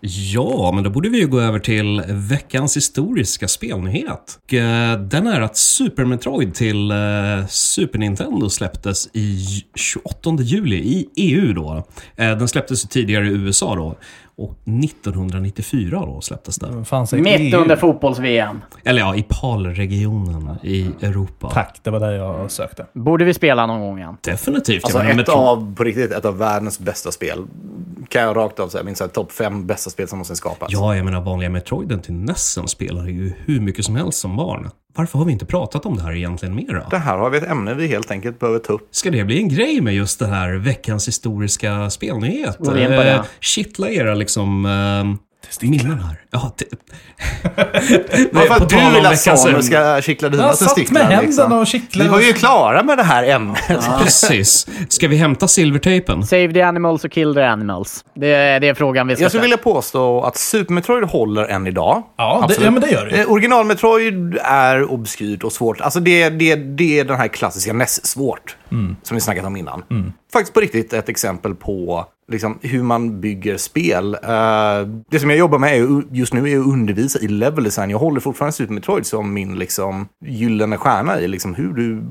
Ja, men då borde vi ju gå över till veckans historiska spelnyhet. Och, eh, Den är att Super Metroid till eh, Super Nintendo släpptes i 28 juli i EU då. Eh, Den släpptes ju tidigare i USA då. Och 1994 då släpptes
Mm.
den.
Fanns ett
Mitt
EU.
under fotbolls-VM.
Eller ja, i PAL-regionen i Europa.
Tack, det var där jag sökte.
Borde vi spela någon gång igen?
Definitivt.
Alltså
jag menar,
ett
Metro-
av, på riktigt, ett av världens bästa spel. Kan jag rakt av säga. Min så här topp fem bästa spel som någonsin skapats.
Ja, jag menar vanliga Metroiden till Nessen spelar ju hur mycket som helst som barn. Varför har vi inte pratat om det här egentligen mera?
Det här har vi ett ämne vi helt enkelt behöver ta upp.
Ska det bli en grej med just det här veckans historiska spelnyhet?
Går vi in på det?
Eh, Kittla era liksom... Eh, minnen här. Ja, te-
Varför
på
att
tal
du
om
vill att
veckans-
Samuel ska kittla
Jag
dina
har satt med
testiklar?
händerna
liksom?
och
Vi
kittlade.
var ju klara med det här ämnet.
Precis. Ska vi hämta silvertejpen?
Save the animals och kill the animals. Det är, det är frågan vi ska
Jag skulle vilja påstå att Super Metroid håller än idag.
Ja, det,
Absolut.
ja, men det gör du.
Eh, Original Metroid är obskyrt och svårt. Alltså det, det, det är den här klassiska NES-svårt,
Mm.
som vi snackat om innan. Faktiskt på riktigt ett exempel på liksom, hur man bygger spel. Eh, det som jag jobbar med är, ju- just nu är att undervisa i level design. Jag håller fortfarande Super Metroid som min liksom, gyllene stjärna i liksom, hur, du,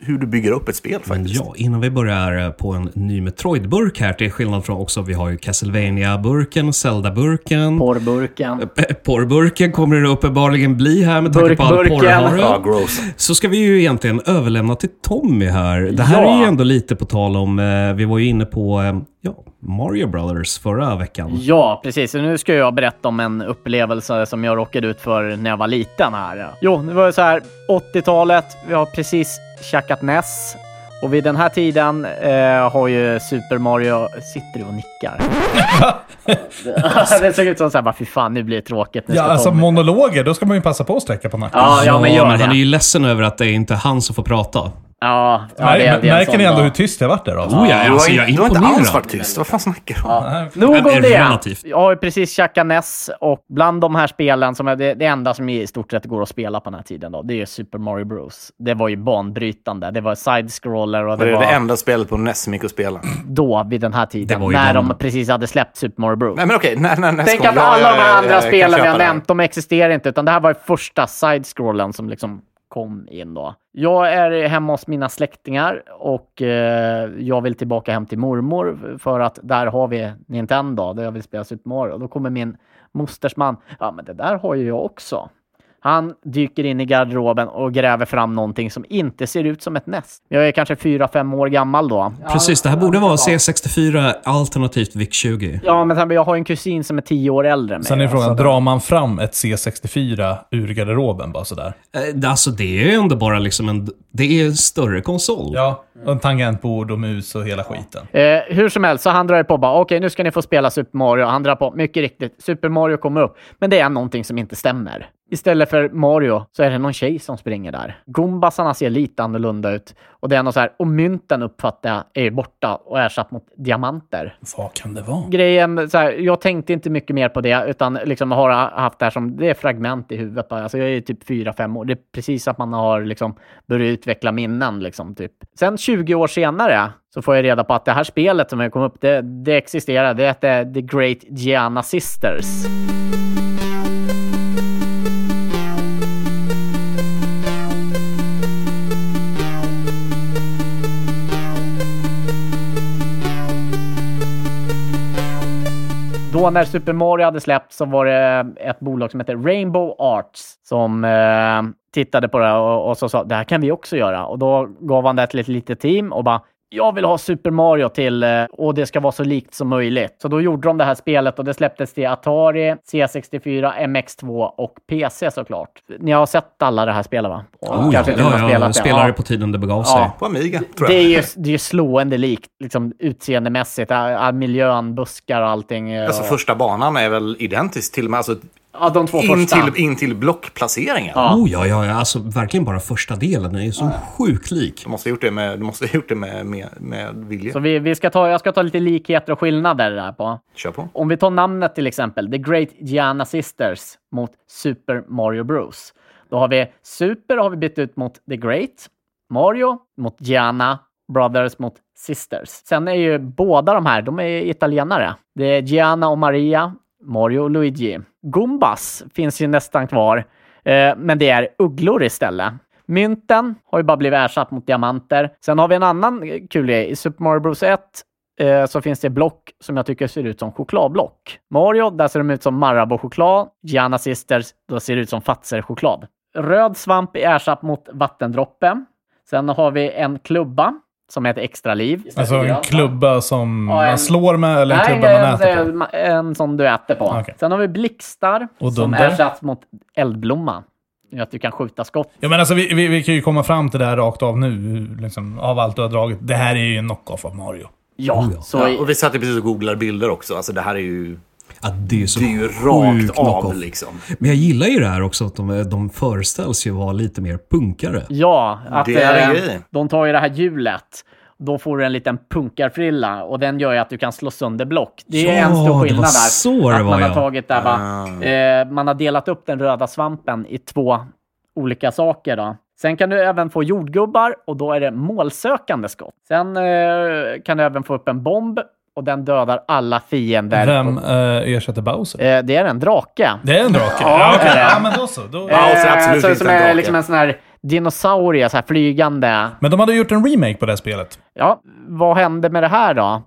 hur du bygger upp ett spel.
Men
faktiskt.
ja, innan vi börjar eh, på en ny Metroid-burk här, till skillnad från också, vi har ju Castlevania-burken, Zelda-burken.
Porrburken.
Eh, Porrburken kommer det uppenbarligen bli här med tanke på all
Burkburken.
Ja,
porrhara.
gross.
Så ska vi ju egentligen överlämna till Tommy här. Det här
Ja.
är ju ändå lite på tal om, eh, vi var ju inne på eh, ja, Mario Brothers förra veckan.
Ja, precis. Så Nu ska jag berätta om en upplevelse som jag råkade ut för när jag var liten här. Jo, det var ju så här 80-talet. Vi har precis tjackat NES. Och vid den här tiden eh, har ju Super Mario... Sitter du och nickar? det såg ut som såhär, bara, fy fan nu blir det tråkigt. Nu
Ja,
ska
alltså
Tommy-"
monologer, då ska man ju passa på att sträcka på nacken.
ja, ja, men gör det.
han är ju ledsen över att det är inte han som får prata.
Ja, ja det,
Mär-
det är en
märker
sån
ni ändå
dag.
hur tyst jag varit där? Alltså?
Oh ja,
Du har,
alltså,
in-
jag är
du har inte alls varit
imponerad.
tyst. Vad fan snackar du om?
Nog
Eller
om det.
relativt.
Jag har ju precis tjackat NES och bland de här spelen, som är det, det enda som i stort sett går att spela på den här tiden, då, det är ju Super Mario Bros. Det var ju banbrytande. Det var side-scroller och
Det
det,
är
var
det enda spelet på NES som gick att spela.
då, vid den här tiden,
Det var ju
när
den-
de precis hade släppt Super Mario Bros.
Nej men okej, när, när NES
Tänk
kom,
att
ja,
alla
ja,
de
ja,
här
ja,
andra
jag kan
spelen vi
köpa
har
det här.
nämnt, de existerar inte, utan det här var ju första side-scrollen som liksom kom in då. Jag är hemma hos mina släktingar och eh, jag vill tillbaka hem till mormor för att där har vi Nintendo, där jag vill spela Super Mario. Då kommer min mosters man, ja men det där har ju jag också. Han dyker in i garderoben och gräver fram någonting som inte ser ut som ett näst. Jag är kanske fyra fem år gammal då.
Precis, det här borde vara C64 alternativt VIC-20.
Ja, men sen- jag har ju en kusin som är tio år äldre än mig.
Sen är frågan,
alltså.
drar man fram ett C64 ur garderoben bara sådär?
Eh, det- Alltså det är ju ändå bara liksom en... Det är en större konsol.
Ja. Och en tangentbord och mus och hela skiten.
Eh, hur som helst, så han drar ju på bara okej, nu ska ni få spela Super Mario. Han drar på, mycket riktigt, Super Mario kommer upp. Men det är någonting som inte stämmer. Istället för Mario så är det någon tjej som springer där. Gumbasarna ser lite annorlunda ut. Och det är något så här, och mynten uppfattar jag är ju borta och ersatt mot diamanter.
Vad kan det vara?
Grejen, så här, jag tänkte inte mycket mer på det, utan liksom har haft det här som, det är fragment i huvudet bara. Alltså jag är typ fyra fem år. Det är precis att man har liksom börjat utveckla minnen liksom, typ. Sen 20 år senare så får jag reda på att det här spelet som jag kom upp, det, det existerar. Det hette The Great Gianna Sisters. Då när Super Mario hade släppts så var det ett bolag som hette Rainbow Arts som eh, tittade på det och, och så sa det här kan vi också göra. Och då gav han det till ett litet team och bara jag vill ha Super Mario till eh, och det ska vara så likt som möjligt. Så då gjorde de det här spelet och det släpptes till Atari, C64, MX2 och PC såklart. Ni har sett alla det här spelen va? Och
Oh, ja,
kanske till och med
ja, ja,
det.
spelare
Ja.
på tiden det begav sig.
Ja.
På Amiga, tror
Det
jag.
är ju det är ju slående likt liksom, utseendemässigt. Äh, äh, Miljön, buskar och allting. eh,
Alltså
och-
första banan är väl identisk till och med. Alltså,
ja, de två
in,
första.
till, in till blockplaceringen.
Oh, ja, ja, ja. Alltså, verkligen bara första delen är ju så sjukt lik.
De måste ha gjort det med, de måste ha gjort det med, med, med vilja.
Så vi, vi ska ta, jag ska ta lite likheter och skillnader där på.
Kör på.
Om vi tar namnet till exempel, The Great Giana Sisters mot Super Mario Bros. Då har vi Super har vi bytt ut mot The Great, Mario mot Gianna, Brothers mot Sisters. Sen är ju båda de här, de är italienare. Det är Gianna och Maria, Mario och Luigi. Gumbas finns ju nästan kvar, eh, men det är ugglor istället. Mynten har ju bara blivit ersatt mot diamanter. Sen har vi en annan eh, kul grej. I Super Mario Bros 1 eh, så finns det block som jag tycker ser ut som chokladblock. Mario, där ser de ut som Marabou-choklad. Gianna Sisters, då ser det ut som Fazer-choklad. Röd svamp är ersatt mot vattendroppe. Sen har vi en klubba som heter Extra liv.
Alltså en klubba som
Ja, en-
man slår med eller en
Nej,
klubba man
en,
äter på?
en, en som du äter på.
Okej.
Sen har vi blixtar
Och
som
dunder.
ersatt mot eldblomma. Det gör Att du kan skjuta skott.
Ja, men alltså, vi, vi, vi kan ju komma fram till det här rakt av nu, liksom, av allt du har dragit. Det här är ju en knock-off av Mario.
Ja, så
Ja, och vi satt ju precis och googlade bilder också. Alltså det här är ju,
Ja, det är ju så
det är ju
sjukt
rakt av
knock-off.
liksom.
Men jag gillar ju det här också att de, de föreställs ju vara lite mer punkare.
Ja, att
Det är en
eh,
grej.
de tar ju det här hjulet. Då får du en liten punkarfrilla och den gör ju att du kan slå sönder block. Det är
Ja,
en
det
stor
var
skillnad där.
så det
att
var,
man har
ja.
tagit där, va?
Ah.
Eh, man har delat upp den röda svampen i två olika saker. Då. Sen kan du även få jordgubbar och då är det målsökande skott. Sen eh, kan du även få upp en bomb och den dödar alla fiender.
Vem eh, ersätter Bowser?
Eh, det är en drake.
Det är en drake? Ja, okej. Ja, men då så. Då...
Ja, och så
Eh,
absolut
så,
inte
som
en
är
drake.
liksom en sån här dinosaurie, så här flygande.
Men de hade gjort en remake på det här spelet.
Ja, vad hände med det här då?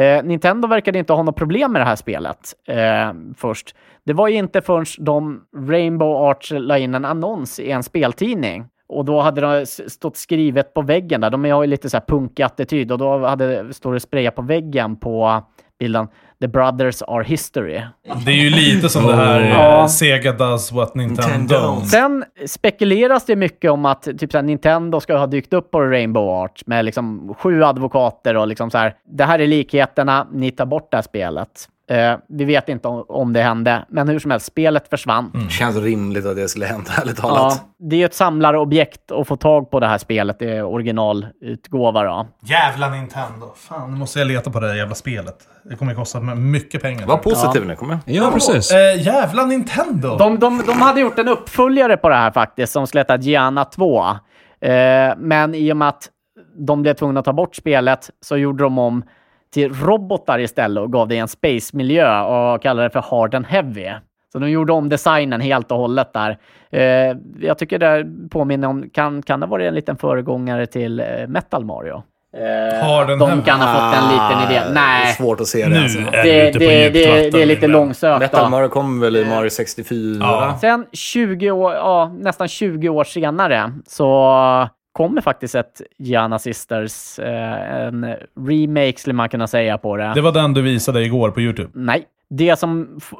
Eh, Nintendo verkade inte ha något problem med det här spelet eh, först. Det var ju inte förrän de Rainbow Arch la in en annons i en speltidning. Och då hade det s- stått skrivet på väggen där. De har ju lite så här punkattityd och då hade, står det sprayat på väggen på bilden “The Brothers Are History”.
Det är ju lite som det här
Ja.
eh, Sega does what Nintendo.
Nintendo.
Don't.
Sen spekuleras det mycket om att typ så här, Nintendo ska ha dykt upp på Rainbow Arch med liksom sju advokater och liksom så här. Det här är likheterna, ni tar bort det här spelet. Eh, vi vet inte om, om det hände, men hur som helst, spelet försvann.
Känns rimligt att det skulle hända, ärligt
Ja,
talat.
det är ju ett samlarobjekt att få tag på det här spelet, det är originalutgåva då.
Jävla Nintendo. Fan, nu måste jag leta på det där jävla spelet. Det kommer att kosta mig mycket pengar.
Var positiv nu, kom igen.
Ja, precis.
Eh, jävla Nintendo!
De, de, de hade gjort en uppföljare på det här faktiskt, som skulle heta Gianna 2. Eh, men i och med att de blev tvungna att ta bort spelet så gjorde de om till robotar istället och gav det en space-miljö och kallade det för Hard and Heavy. Så de gjorde om designen helt och hållet där. Eh, jag tycker det här påminner om, kan, kan det ha varit en liten föregångare till eh, Metal Mario?
Har den
De
här-
kan ha fått en liten idé.
Eh, Ah, Det är
Nej,
svårt att se det.
Nu
Alltså.
är du
det,
ute på
det,
djupt
det,
vatten,
det är lite
min vän.
långsökt.
Metal
då.
Mario kom väl i Mario 64?
Ja.
Sen 20 år, ja, nästan 20 år senare så kommer faktiskt ett Gianna Sisters, eh, en remake skulle man kunna säga på det.
Det var den du visade igår på YouTube.
Nej. Det som f-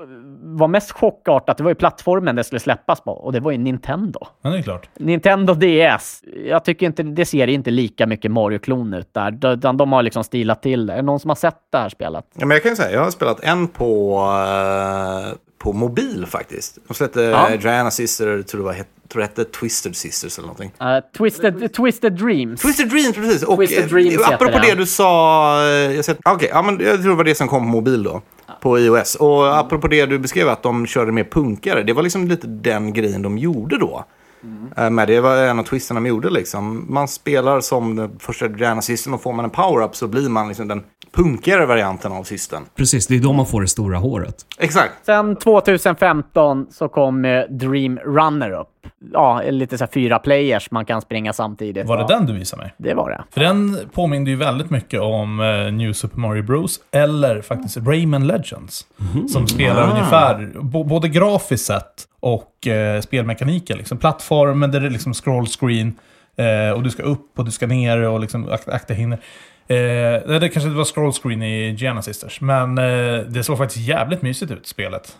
var mest chockartat, det var ju plattformen det skulle släppas på och det var ju Nintendo.
Ja, det är klart.
Nintendo DS. Jag tycker inte, det ser inte lika mycket Mario-klon ut där, utan de har liksom stilat till det. Är det någon som har sett det här spelet?
Ja, men jag kan ju säga, jag har spelat en på, eh, på mobil faktiskt. De släppte
Ja.
ja. Diana Sister, tror det, var, het- tror det hette Twisted Sisters eller någonting.
Eh, Twisted, Twisted Dreams.
Twisted Dreams, precis. Och,
Twisted
eh,
Dreams heter
apropå
det.
det du sa, eh, jag, sett, okej, ja, men jag tror det var det som kom på mobil då. På iOS. Och apropå det du beskrev, att de körde mer punkare. Det var liksom lite den grejen de gjorde då.
Mm.
Eh, Men det var en av twisterna de gjorde. Liksom. Man spelar som den första Diana Systern och får man en power-up så blir man liksom den punkigare varianten av systern.
Precis, det är då man får det stora håret.
Exakt.
Sen 2015 så kom eh, Dream Runner upp. Ja, lite så här fyra players man kan springa samtidigt.
Var det
Ja,
den du visade mig?
Det var det.
För den påminner ju väldigt mycket om eh, New Super Mario Bros. Eller faktiskt Rayman Legends. Som spelar ungefär, bo- både grafiskt sett och eh, spelmekaniken. Liksom. Plattformen där det är liksom scroll screen. Eh, och du ska upp och du ska ner och liksom ak- akta hinder. Eh, nej, det kanske inte var scroll screen i Gianna Sisters, men eh, det såg faktiskt jävligt mysigt ut, spelet.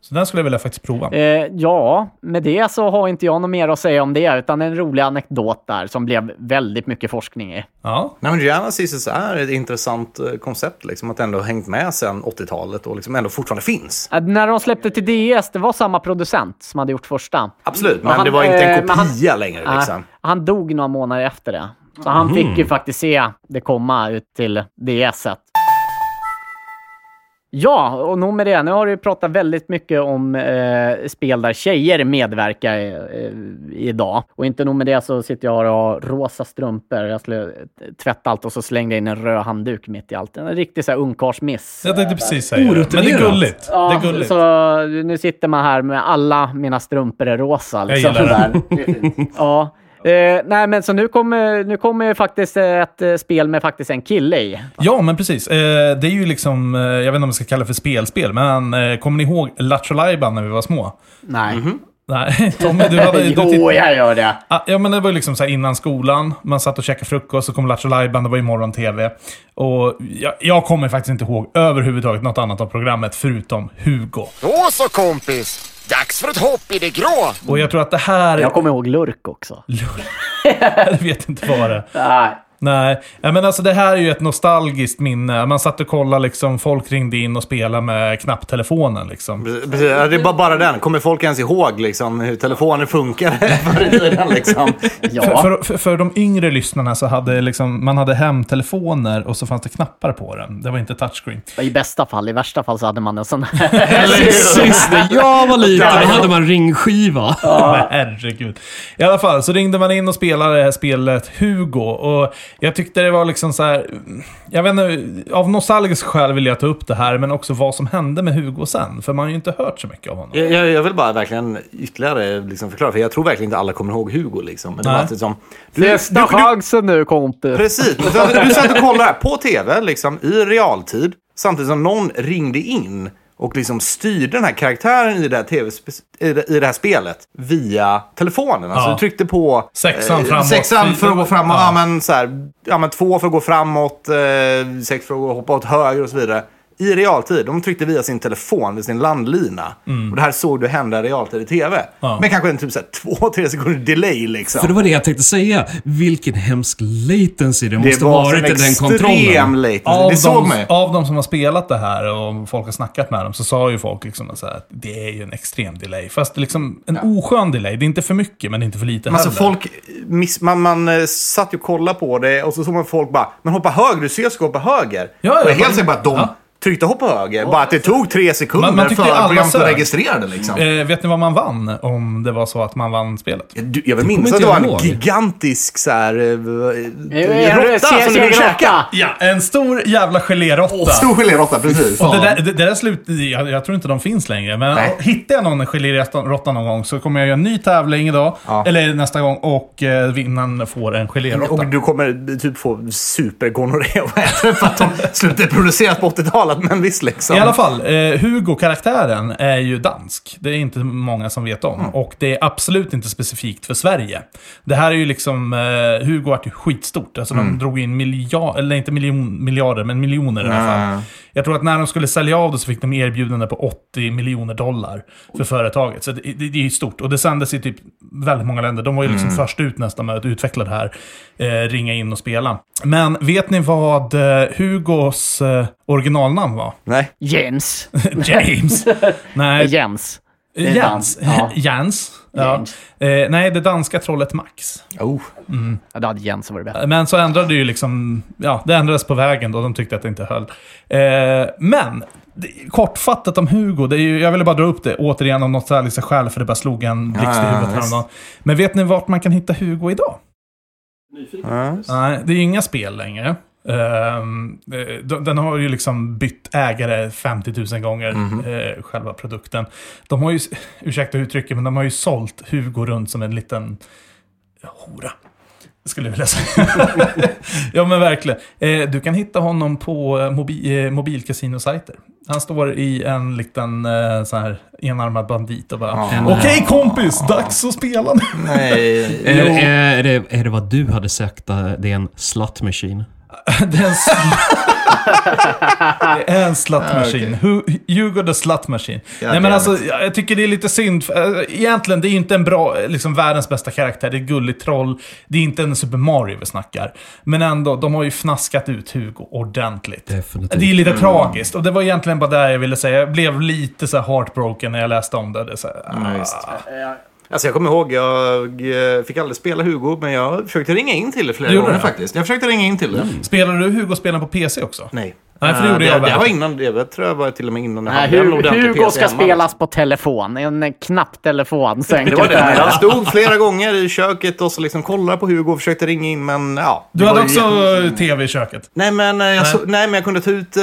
Så den skulle jag vilja faktiskt prova.
Mm. Eh, ja, med det så har inte jag något mer att säga om det, utan en rolig anekdot där som blev väldigt mycket forskning i.
Ja,
Nej, men Gianna Sisters är ett intressant eh, koncept, liksom, att ändå ha hängt med sedan 80-talet och liksom ändå fortfarande finns.
Eh, när de släppte till DS, det var samma producent som hade gjort första.
Absolut, men
han-
det var inte
eh,
en
men han-
kopia längre. Liksom.
Eh, han dog några månader efter det. Så han fick ju faktiskt se det komma ut till DS-et. Ja, och nog med det. Nu har du ju pratat väldigt mycket om eh, spel där tjejer medverkar eh, idag. Och inte nog med det så sitter jag här och har rosa strumpor. Jag skulle tvätta allt och så slängde jag in en röd handduk mitt i allt. En riktig så här ungkarlsmiss.
jag tänkte precis säga det. Men det är
Orutinerat.
gulligt.
Ja,
det är gulligt.
Så nu sitter man här med alla mina strumpor är rosa. Liksom,
Jag gillar
sådär. ja. Eh, nej, men så nu kommer, nu kommer ju faktiskt ett eh, spel med faktiskt en kille i.
Ja, men precis. Eh, det är ju liksom, eh, jag vet inte om man ska kalla det för spelspel, men eh, kommer ni ihåg Lattjo Lajban när vi var små?
Nej.
Nej, Tommy, du Mhm. hade... du titt-
jo, jag gör det.
Ah, Ja, men det var ju liksom så här innan skolan. Man satt och käkade frukost, så kom Lattjo Lajban, det var ju morgon-tv. Och jag, jag kommer faktiskt inte ihåg överhuvudtaget något annat av programmet, förutom Hugo.
Då så kompis! Dags för ett hopp i det grå!
Och jag tror att det här...
Jag kommer ihåg Lurk också.
Jag vet inte vad det är.
Nej.
Nej, ja, men alltså det här är ju ett nostalgiskt minne. Man satt och kollade, liksom, folk ringde in och spelade med knapptelefonen. Liksom.
Precis, precis. Ja, Det är bara, bara den. Kommer folk ens ihåg liksom, hur telefoner funkar förr i tiden? Liksom?
Ja.
För, för, för de yngre lyssnarna så hade liksom, man hade hemtelefoner och så fanns det knappar på den. Det var inte touchscreen.
I bästa fall. I värsta fall så hade man en sån här.
Precis, när jag var liten då hade man ringskiva.
Men herregud. I alla fall så ringde man in och spelade det här spelet Hugo. Och jag tyckte det var liksom så här... Jag vet inte, av nostalgisk skäl vill jag ta upp det här, men också vad som hände med Hugo sen. För man har ju inte hört så mycket av honom.
Jag, jag, jag vill bara verkligen ytterligare liksom, förklara, för jag tror verkligen inte alla kommer ihåg Hugo. Liksom. Men det var
Nej.
alltid som, du,
Sista
du- du-
chansen nu, kompis.
Precis. Du satt- Du satt och kollade på tv liksom, i realtid samtidigt som någon ringde in och liksom styrde den här karaktären i det här, TV i det, i det här spelet via telefonen. Alltså,
Ja.
Du tryckte på eh,
Sexan framåt.
sexan för att gå framåt,
Ja.
ja. men, så här, ja, men två för att gå framåt, eh, sex för att gå- hoppa åt höger och så vidare. I realtid. De tryckte via sin telefon, vid sin landlina. Och det här såg du hända i realtid i tv.
Mm. Ja.
Med kanske en typ så här, två, tre sekunder delay liksom.
För det var det jag tänkte säga. Vilken hemsk latency det,
Det
måste
var
varit i
en
den
extrem
kontrollen.
latency.
Av
Det såg
de,
man ju.
av de som har spelat det här och folk har snackat med dem så sa ju folk liksom så här att det är ju en extrem delay. Fast liksom en oskön delay. Det är inte för mycket men inte för lite
Alltså
heller.
folk, miss, man, man eh, satt ju och kollade på det och så såg man folk bara, men hoppa höger, du ser jag ska hoppa höger.
ja,
och jag är
ja.
helt säker på att de
Ja.
tryckte hoppa höger, bara att det tog tre sekunder
Man- man tyckte alla
för programmet att
sög.
registrera det liksom.
Eh, vet ni vad man vann om det var så att man vann spelet?
Du, jag vill
kommer
minnas att det
inte
var
jag
en
ihåg.
gigantisk så här, eh, eh,
En röd
råtta som du vill käka.
segerrocka.
Ja, en stor jävla geléråtta.
Oh, Stor geléråtta, precis.
Och det där, det, det där slut, jag, jag tror inte de finns längre, men
Nej.
hittar jag någon geléråtta någon gång så kommer jag göra en ny tävling idag,
Ja.
eller nästa gång, och eh, vinnaren får en geléråtta.
Och du kommer typ få supergonorré och äta det för att de slutade produceras på 80-talet, men visst liksom.
I alla fall, eh, Hugo-karaktären är ju dansk. Det är inte många som vet om. Och det är absolut inte specifikt för Sverige. Det här är ju liksom... Eh, Hugo vart ju skitstort. Alltså de drog in miljarder, eller inte miljon, miljarder, men miljoner i alla fall. Jag tror att när de skulle sälja av det så fick de erbjudande på 80 miljoner dollar för företaget. Så det, det, det är ju stort. Och det sändes i typ väldigt många länder. De var ju liksom först ut nästan med att utveckla det här. Eh, ringa in och spela. Men vet ni vad eh, Hugos eh, originalnamn var?
Nej.
Jens. Eh,
James. Nej,
Jens. är
Jans.
dans. Ja.
Jans. Ja.
Jans.
Eh, nej, det danska trollet Max.
Oh.
Ja, då hade Jens varit bättre.
Eh, Men så ändrade det ju liksom... Ja, det ändrades på vägen då. De tyckte att det inte höll. Eh, men, det, kortfattat om Hugo. Det är ju, jag ville bara dra upp det återigen av nostalgiska skäl, för det bara slog en blixt i
ja,
huvudet
visst.
häromdagen. Men vet ni vart man kan hitta Hugo idag?
Ja.
Nej, det är ju inga spel längre. Ehm, eh, de- den har ju liksom bytt ägare 50 000 gånger,
Mhm.
eh, själva produkten. De har ju, s- ursäkta uttrycket, men de har ju sålt Hugo runt som en liten hora. Skulle jag vilja säga. ja men verkligen. Eh, du kan hitta honom på eh, mobi, eh, mobilcasinosajter. Han står i en liten eh, sån här enarmad bandit och bara
Ja.
Okej kompis, dags att spela nu.
Nej.
Är, Eh, är, det, är det vad du hade sagt? eh, Det är en slut machine.
Det är en, s- det är en slut machine. Who- You go the slut machine. Nej
damn
men alltså, jag jag tycker det är lite synd. för, eh, Egentligen, det är ju inte en bra, eh, liksom världens bästa karaktär. Det är ett gulligt troll. Det är inte en Super Mario vi snackar. Men ändå, de har ju fnaskat ut Hugo ordentligt.
Definitivt.
Det är
Mm.
lite tragiskt. Och det var egentligen bara det jag ville säga. Jag blev lite så här heartbroken när jag läste om det. det är så här, ah.
Ja, visst.
Eh,
Alltså jag kommer ihåg, jag eh, fick aldrig spela Hugo, men jag försökte ringa in till det flera
Du gjorde
gånger
det?
faktiskt. Jag försökte ringa in till det.
Spelade du Hugo-spelen på PC också?
Nej.
Nej, för det
Eh,
gjorde jag
det,
väl.
det var innan, det tror jag var till och med innan jag
Nej,
hade en
Hugo,
ordentlig
Hugo
PC
ska
hemma. alltså.
spelas på telefon. En eh, knapptelefon. Så
Det
enkelt
var
är
det. Jag stod flera gånger i köket och så liksom kollade på Hugo och försökte ringa in, men ja. det
Du hade
var ju
också
jätte-
tv i köket?
Nej men, eh, jag Så, nej, men jag kunde ta ut... eh,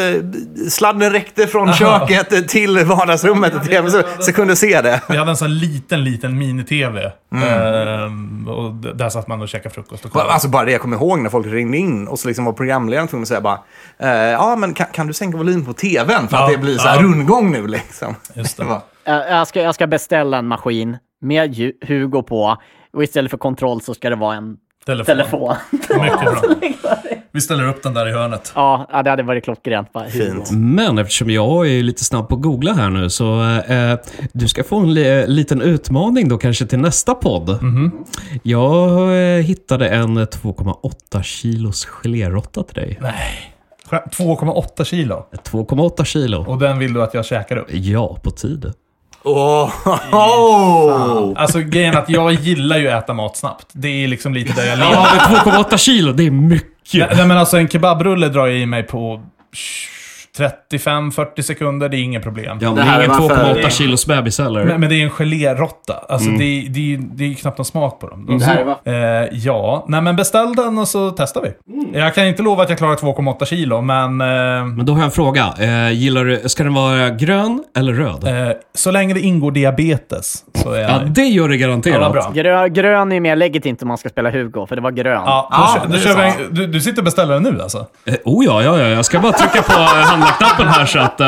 Sladden räckte från
Aha.
köket eh, till vardagsrummet och tv, så, så jag kunde se det.
Vi hade en sån liten, liten mini-tv. Ehm, och d- där satt man och käkade frukost och
Ba-
kollade.
Alltså bara det jag kommer ihåg när folk ringde in och så liksom var programledaren tvungen att säga bara eh, Ja, men kan, kan du sänka volymen på tvn för att
Ja,
det blir så här
ja.
rundgång nu liksom.
Just det.
Det var-
Jag, jag, ska, jag ska beställa en maskin med Ju- Hugo på. Och istället för kontroll så ska det vara en
Telefon.
telefon.
Mycket bra. Vi ställer upp den där i hörnet.
ja, ja, det hade varit klockrent. Bara, Hugo.
Fint.
Men eftersom jag är lite snabb på att googla här nu så eh, du ska få en li- liten utmaning då kanske till nästa podd.
Mhm.
Jag eh, hittade en 2,8 kilos geléråtta till dig.
Nej. 2,8 kilo.
2,8 kilo.
Och den vill du att jag käkar upp?
Ja, på tid.
Åh!
Alltså grejen är att jag gillar ju att äta mat snabbt. Det är liksom lite där jag lever.
Ja, men 2,8 kilo, det är mycket.
Nej, nej men alltså en kebabrulle drar jag i mig på 35-40 sekunder, det är inget problem.
Ja, men
Det
det
här
är ingen
är varför-
2,8 kilos bebis heller.
Men, men det är en geléråtta. Alltså det, det, är ju- det är ju knappt någon smak på dem. De, eh, ja, nej men beställ den och så testar vi. Jag kan inte lova att jag klarar 2,8 kilo, men eh,
Men då har jag en fråga. Eh, gillar du, ska den vara grön eller röd?
eh, så länge det ingår diabetes så är jag
ja,
nöjd.
det gör det garanterat.
Ja, vad bra.
Grö, grön är ju mer legitimt om man ska spela Hugo, för det var grön.
Ja, då
Ja,
kö-
det
då
är
kör vi
sant.
en, du, du sitter och beställer den nu alltså?
Eh, oh ja, ja, ja, jag ska bara trycka på eh, handlarknappen här så att... Eh,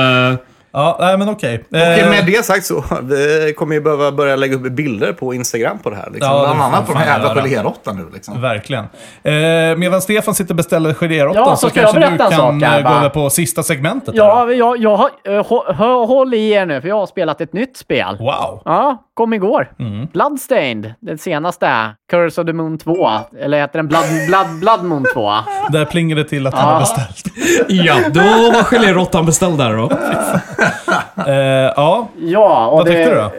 Ja, nej men okej.
Okej,
Eh,
med det sagt så, vi kommer ju behöva börja lägga upp bilder på Instagram på det här. Liksom.
Ja, det
Bland
får
annat på den här
fan
jävla
göra.
geléråttan nu liksom.
Verkligen. Eh, medan Stefan sitter och beställer geléråttan
Ja, så
så
ska jag
kanske du
berätta en
kan
sak här,
eh, gå
va?
över på sista segmentet. här.
Ja, jag, jag, har- eh, hå- hå- håll i er nu, för jag har spelat ett nytt spel.
Wow.
Ja, kom igår. Bloodstained, den senaste. Curse of the Moon 2. Eller heter den Blood, Blood, Blood Moon 2?
Där plingade det till att han har beställt.
ja, då var geléråttan beställd där då.
Eh, ja,
Ja, och
vad
det,
tyckte du då?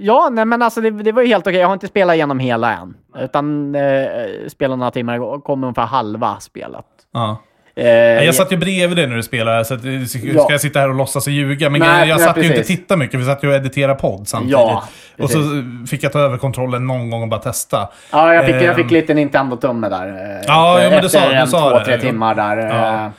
Ja, nej men alltså det, det var ju helt okej. Jag har inte spelat igenom hela än. Utan eh, spelade några timmar igår och kom ungefär halva spelet.
Ja.
Eh,
Jag satt ju bredvid dig när du spelade, så att, eh, ska
Ja.
jag sitta här och låtsas och ljuga? Men
Nej,
grejen är, jag
nej,
satt ju inte och
precis.
tittade mycket, vi satt ju och editerade podd samtidigt.
Ja,
och så eh, fick jag ta över kontrollen någon gång och bara testa.
Ja, jag fick, jag
Ehm.
fick lite Nintendo-tumme där. eh,
Ja,
efter
jo, men du sa-
efter
du
en
sa
två,
det.
tre timmar där.
Ja.
eh,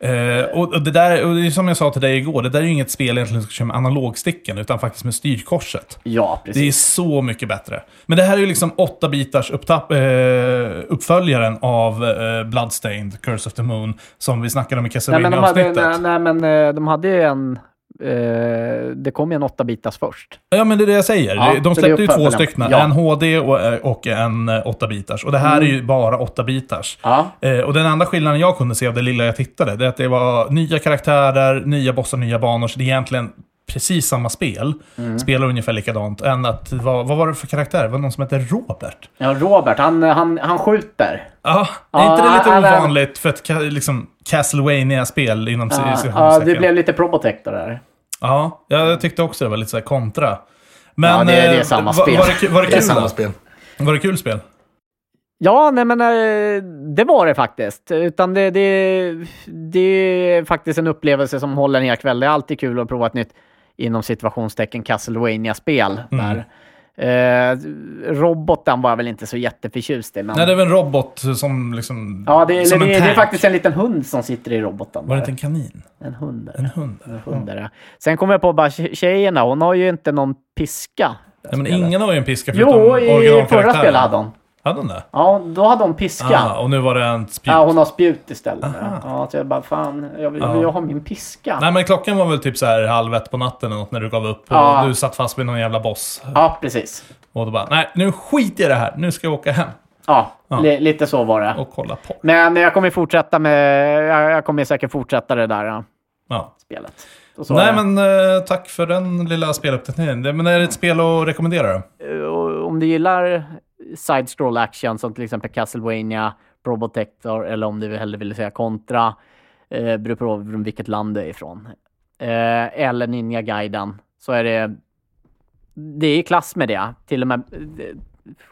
Eh, och, och det där, och det är som jag sa till dig igår, det där är ju inget spel egentligen som ska köra med analogsticken, utan faktiskt med styrkorset.
Ja,
Det är
precis.
så mycket bättre. Men det här är ju liksom 8-bitars upptapp- eh, uppföljaren av eh, Bloodstained, Curse of the Moon, som vi snackade om i
Nej men, de hade,
Castlevania-avsnittet.
nej, nej, men eh, de hade ju en... Eh, det kom ju en åtta bitars först.
Ja, men det är det jag säger.
Ja,
de
så det är
släppte ju två
uppföljaren.
stycken.
Ja.
En HD och, eh, och en eh, 8-bitars. Och det här är ju bara 8-bitars.
Mm. Ja.
Eh, och den enda skillnaden jag kunde se av det lilla jag tittade, det är att det var nya karaktärer, nya bossar, nya banor. Så det är egentligen precis samma spel.
Mm.
Spelar ungefär likadant. Än att, det var- vad var det för karaktär? Det var någon som hette Robert.
Ja, Robert, han, han, han skjuter.
Ja, är
Ja,
inte det lite
ja, ja,
ovanligt för ett ka- liksom, Castlevania-spel inom
Ja,
citationstecken?
ja, det blev lite Probotector där.
Ja, jag tyckte också det var lite så här kontra. Men,
Ja, det är- det är
eh,
samma
va-
spel.
Var det, ku- var det
Det är
kul
samma
då?
spel.
Var det kul spel?
Ja, nej men eh, det var det faktiskt. Utan det, det, det är faktiskt en upplevelse som håller en hel kväll. Det är alltid kul att prova ett nytt, inom situationstecken, Castlevania-spel.
Mm.
Där. Eh, roboten var jag väl inte så jätteförtjust i. Men...
Nej, det är väl en robot som liksom...
Ja, det, eller
som
det,
en
det är
tank.
faktiskt en liten hund som sitter i roboten.
Var det
där.
inte en kanin?
En hund. där.
En hund?
En hund där, ja. Sen kom jag på bara tje- tjejerna, hon har ju inte någon piska.
Nej, men ingen har ju en piska förutom
Jo, i förra
originalkaraktären.
spelet hade hon.
Hade hon det?
Ja, då hade hon piska.
Ah, och nu var det en spjut.
Ja, hon har spjut istället. Ja, så jag bara, fan, jag vill, jag har min piska.
Nej men klockan var väl typ så här halv ett på natten eller något när du gav upp.
Ja.
Och du satt fast vid någon jävla boss.
Ja, precis.
Och då bara, nej nu skiter jag i det här. Nu ska jag åka hem
Ja, li- lite så var det.
och kolla på.
Men jag kommer fortsätta med... Jag, jag kommer säkert fortsätta det där ja,
Ja.
spelet. Och så-
Nej men eh, tack för den lilla speluppdateringen. Det- Men är det ett spel att rekommendera då?
Eh, Och Om du gillar side-scroll action som till exempel Castlevania, Probotector eller om du hellre vill säga Contra. Eh, beror på från vilket land du är ifrån. Eh, eller Ninja Gaiden. Så är det... Det är i klass med det. Till och med... eh,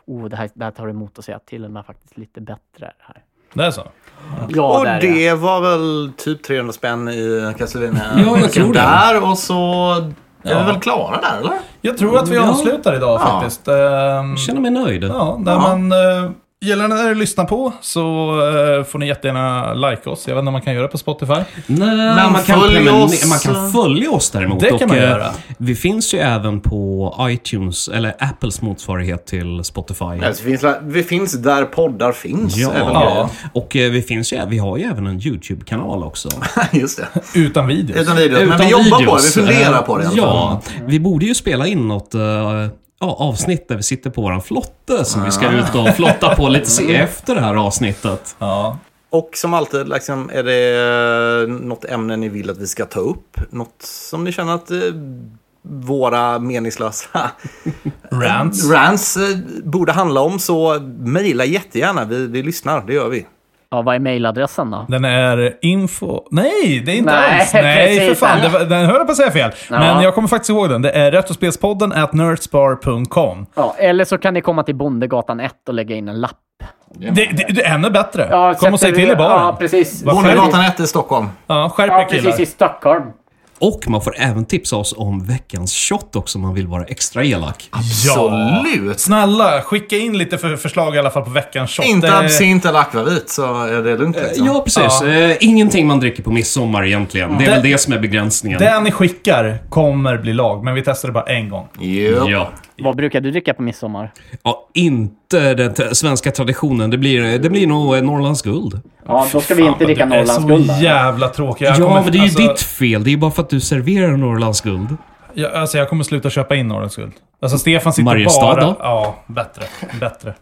Oh, det här, det här tar emot att säga. Till och med faktiskt lite bättre det här.
Det är så?
Ja,
och
där är
det var väl typ 300 spänn i Castlevania.
Ja, jag tror det.
Där och så är vi väl klara där eller?
Jag tror att vi
Ja.
avslutar idag
Ja.
faktiskt. Ehm,
Jag känner mig nöjd.
Ja, när man eh, gillar när du lyssnar på så eh, får ni jättegärna like oss. Jag vet inte om man kan göra det på Spotify.
Nej, man, kan
följ
prenumer-
oss.
man kan följa oss däremot.
Det kan man
eh,
göra.
Vi finns ju även på iTunes, eller Apples motsvarighet till Spotify.
Alltså, vi, finns, vi finns där poddar finns.
Ja,
är väl
ja. och eh, vi, finns ju, vi har ju även en YouTube-kanal också.
grejen. Just det.
Utan videos.
Utan videos. Men vi
Utan
jobbar på det, vi
videos. Eh,
funderar på det i alla fall.
Ja, vi borde ju spela in något eh, ja, avsnitt där vi sitter på våran flotte som vi
Ah.
ska ut och flotta på lite se efter det här avsnittet.
Ja.
Och som alltid, liksom, är det eh, något ämne ni vill att vi ska ta upp? Något som ni känner att eh, våra meningslösa
Rants.
rants eh, borde handla om så mejla jättegärna. Vi, vi lyssnar, det gör vi.
Ja, vad är mailadressen då?
Den är info... Nej, det är inte
Nej,
alls. Nej,
precis.
för fan. Det var, den höll jag på att säga fel. Men jag kommer faktiskt ihåg den. Det är retrospelspodden at nerdspar.com.
Ja, eller så kan ni komma till Bondegatan 1 och lägga in en lapp.
Det, det, det är ännu bättre.
Ja,
Kom och
sätter
säg till
vi-
i
Ja,
baren.
precis.
Varför?
Bonnegatan 1 i Stockholm.
Ja, skärp
Ja,
er
precis. I
killar.
Stockholm.
Och man får även tipsa oss om veckans shot också om man vill vara extra elak.
Absolut!
Snälla, skicka in lite för förslag i alla fall på veckans shot.
Inte
Det-
absint eller akvavit så är det lugnt liksom.
Ja, precis. Eh, ingenting man dricker på midsommar egentligen. Det är väl det som är begränsningen.
Den ni skickar kommer bli lag, men vi testar det bara en gång.
Yep.
Ja.
Vad brukar du dricka på midsommar?
ja, inte den t- svenska traditionen. Det blir, det blir nog eh, Norrlands guld.
Ja, då ska vi inte dricka Norrlandsguld.
Det är
där.
så jävla tråkigt. Jag
Ja,
kommer-
men det är ju
alltså,
ditt fel. Det är ju bara för att du serverar Norrlands guld.
Jag, alltså, jag kommer sluta köpa in Norrlands guld. Alltså Stefan sitter
Mariestad
bara...
då?
Ja, bättre. bättre.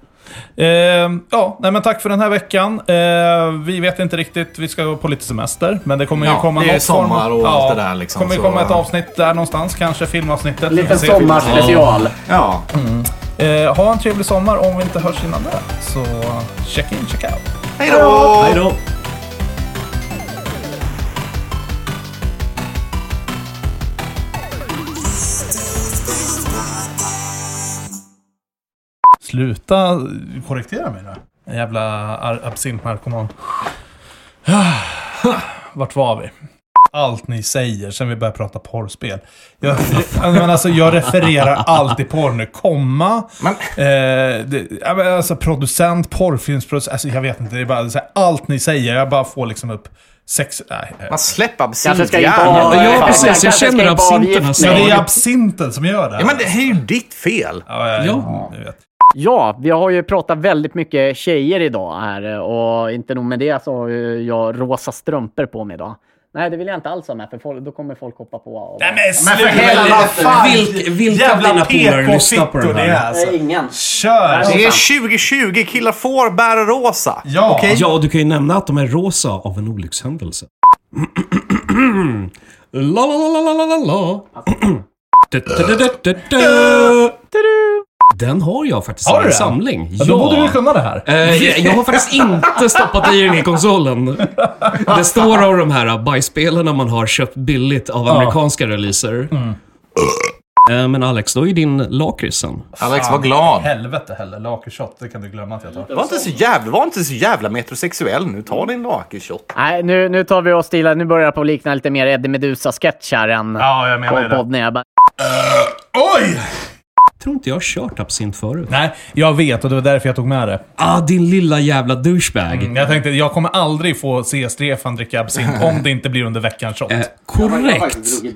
Ehm, ja, nej men tack för den här veckan. Ehm, vi vet inte riktigt, vi ska på lite semester. Men det kommer ju
Ja,
komma
det är
något form-
sommar och allt det där liksom,
kommer ju
så-
komma ett avsnitt där någonstans. Kanske filmavsnittet. Vi får
Liten
se filmen.
sommarspecial.
Ja.
Ehm, ha en trevlig sommar om vi inte hörs innan det. Så check in, check out.
Hej då!
Hej då!
Sluta korrigera mig nu. Jävla ar- absintnarkoman. Vart var vi? Allt ni säger sen vi börjar prata porrspel. Jag, men alltså, jag refererar alltid porr nu. Komma.
Men-
Eh, det, ja, men alltså producent, porrfilmsproducent. Alltså, jag vet inte. Det är bara, så här, allt ni säger. Jag bara får liksom upp sex... Nej, eh.
Man släpper
Kanske
absint
ska inte ha-
gärna.
Ja,
Fan,
precis. Jag
kanske
känner
ska inte ha
absinterna
avgift.
så-
Men
Nej.
det är absinten som gör det.
Ja, men det här är ju ditt fel.
ja,
Ja.
ja, jag vet.
Ja, vi har ju pratat väldigt mycket tjejer idag här och inte nog med det så har ju jag rosa strumpor på mig idag. Nej, det vill jag inte alls ha med för folk, då kommer folk hoppa på. Och...
Nej, men sluta!
helvete.
Vilk- vilka
Jävla
av dina polare
PK-fittor
lyssnar på den här?
det är, alltså.
Nej, ingen.
Kör!
Det är 2020, killar får bära rosa.
Ja.
Okej?
Ja, och du kan ju nämna att de är rosa av en olyckshändelse. la, la, la, la, la, la, la. Du, du, du, du, du, du. Den har jag faktiskt i
Har du
en
den?
samling.
Ja, Då borde du kunna det här.
Eh, jag- jag har faktiskt inte stoppat i den i konsolen. Det står av de här bajsspelarna man har köpt billigt av amerikanska releaser. Eh, Men Alex, då är ju din lakrits sen.
Alex, var glad.
Helvete heller, lakritsshot. Det kan du glömma att jag tar.
Var inte så jävla, var inte så jävla metrosexuell nu. Ta din lakritsshot.
Nej, nu, nu tar vi oss stilla. Nu börjar det på att likna lite mer Eddie Meduza-sketch här än
Ja, jag menar
på
ju det.
podden. Jag bara,
Oj!
Tror inte jag har kört absint förut.
Nej, jag vet och det var därför jag tog med det.
Ah, din lilla jävla douchebag.
Jag tänkte, jag kommer aldrig få se Stefan dricka absint om det inte blir under veckans shot.
Eh, korrekt.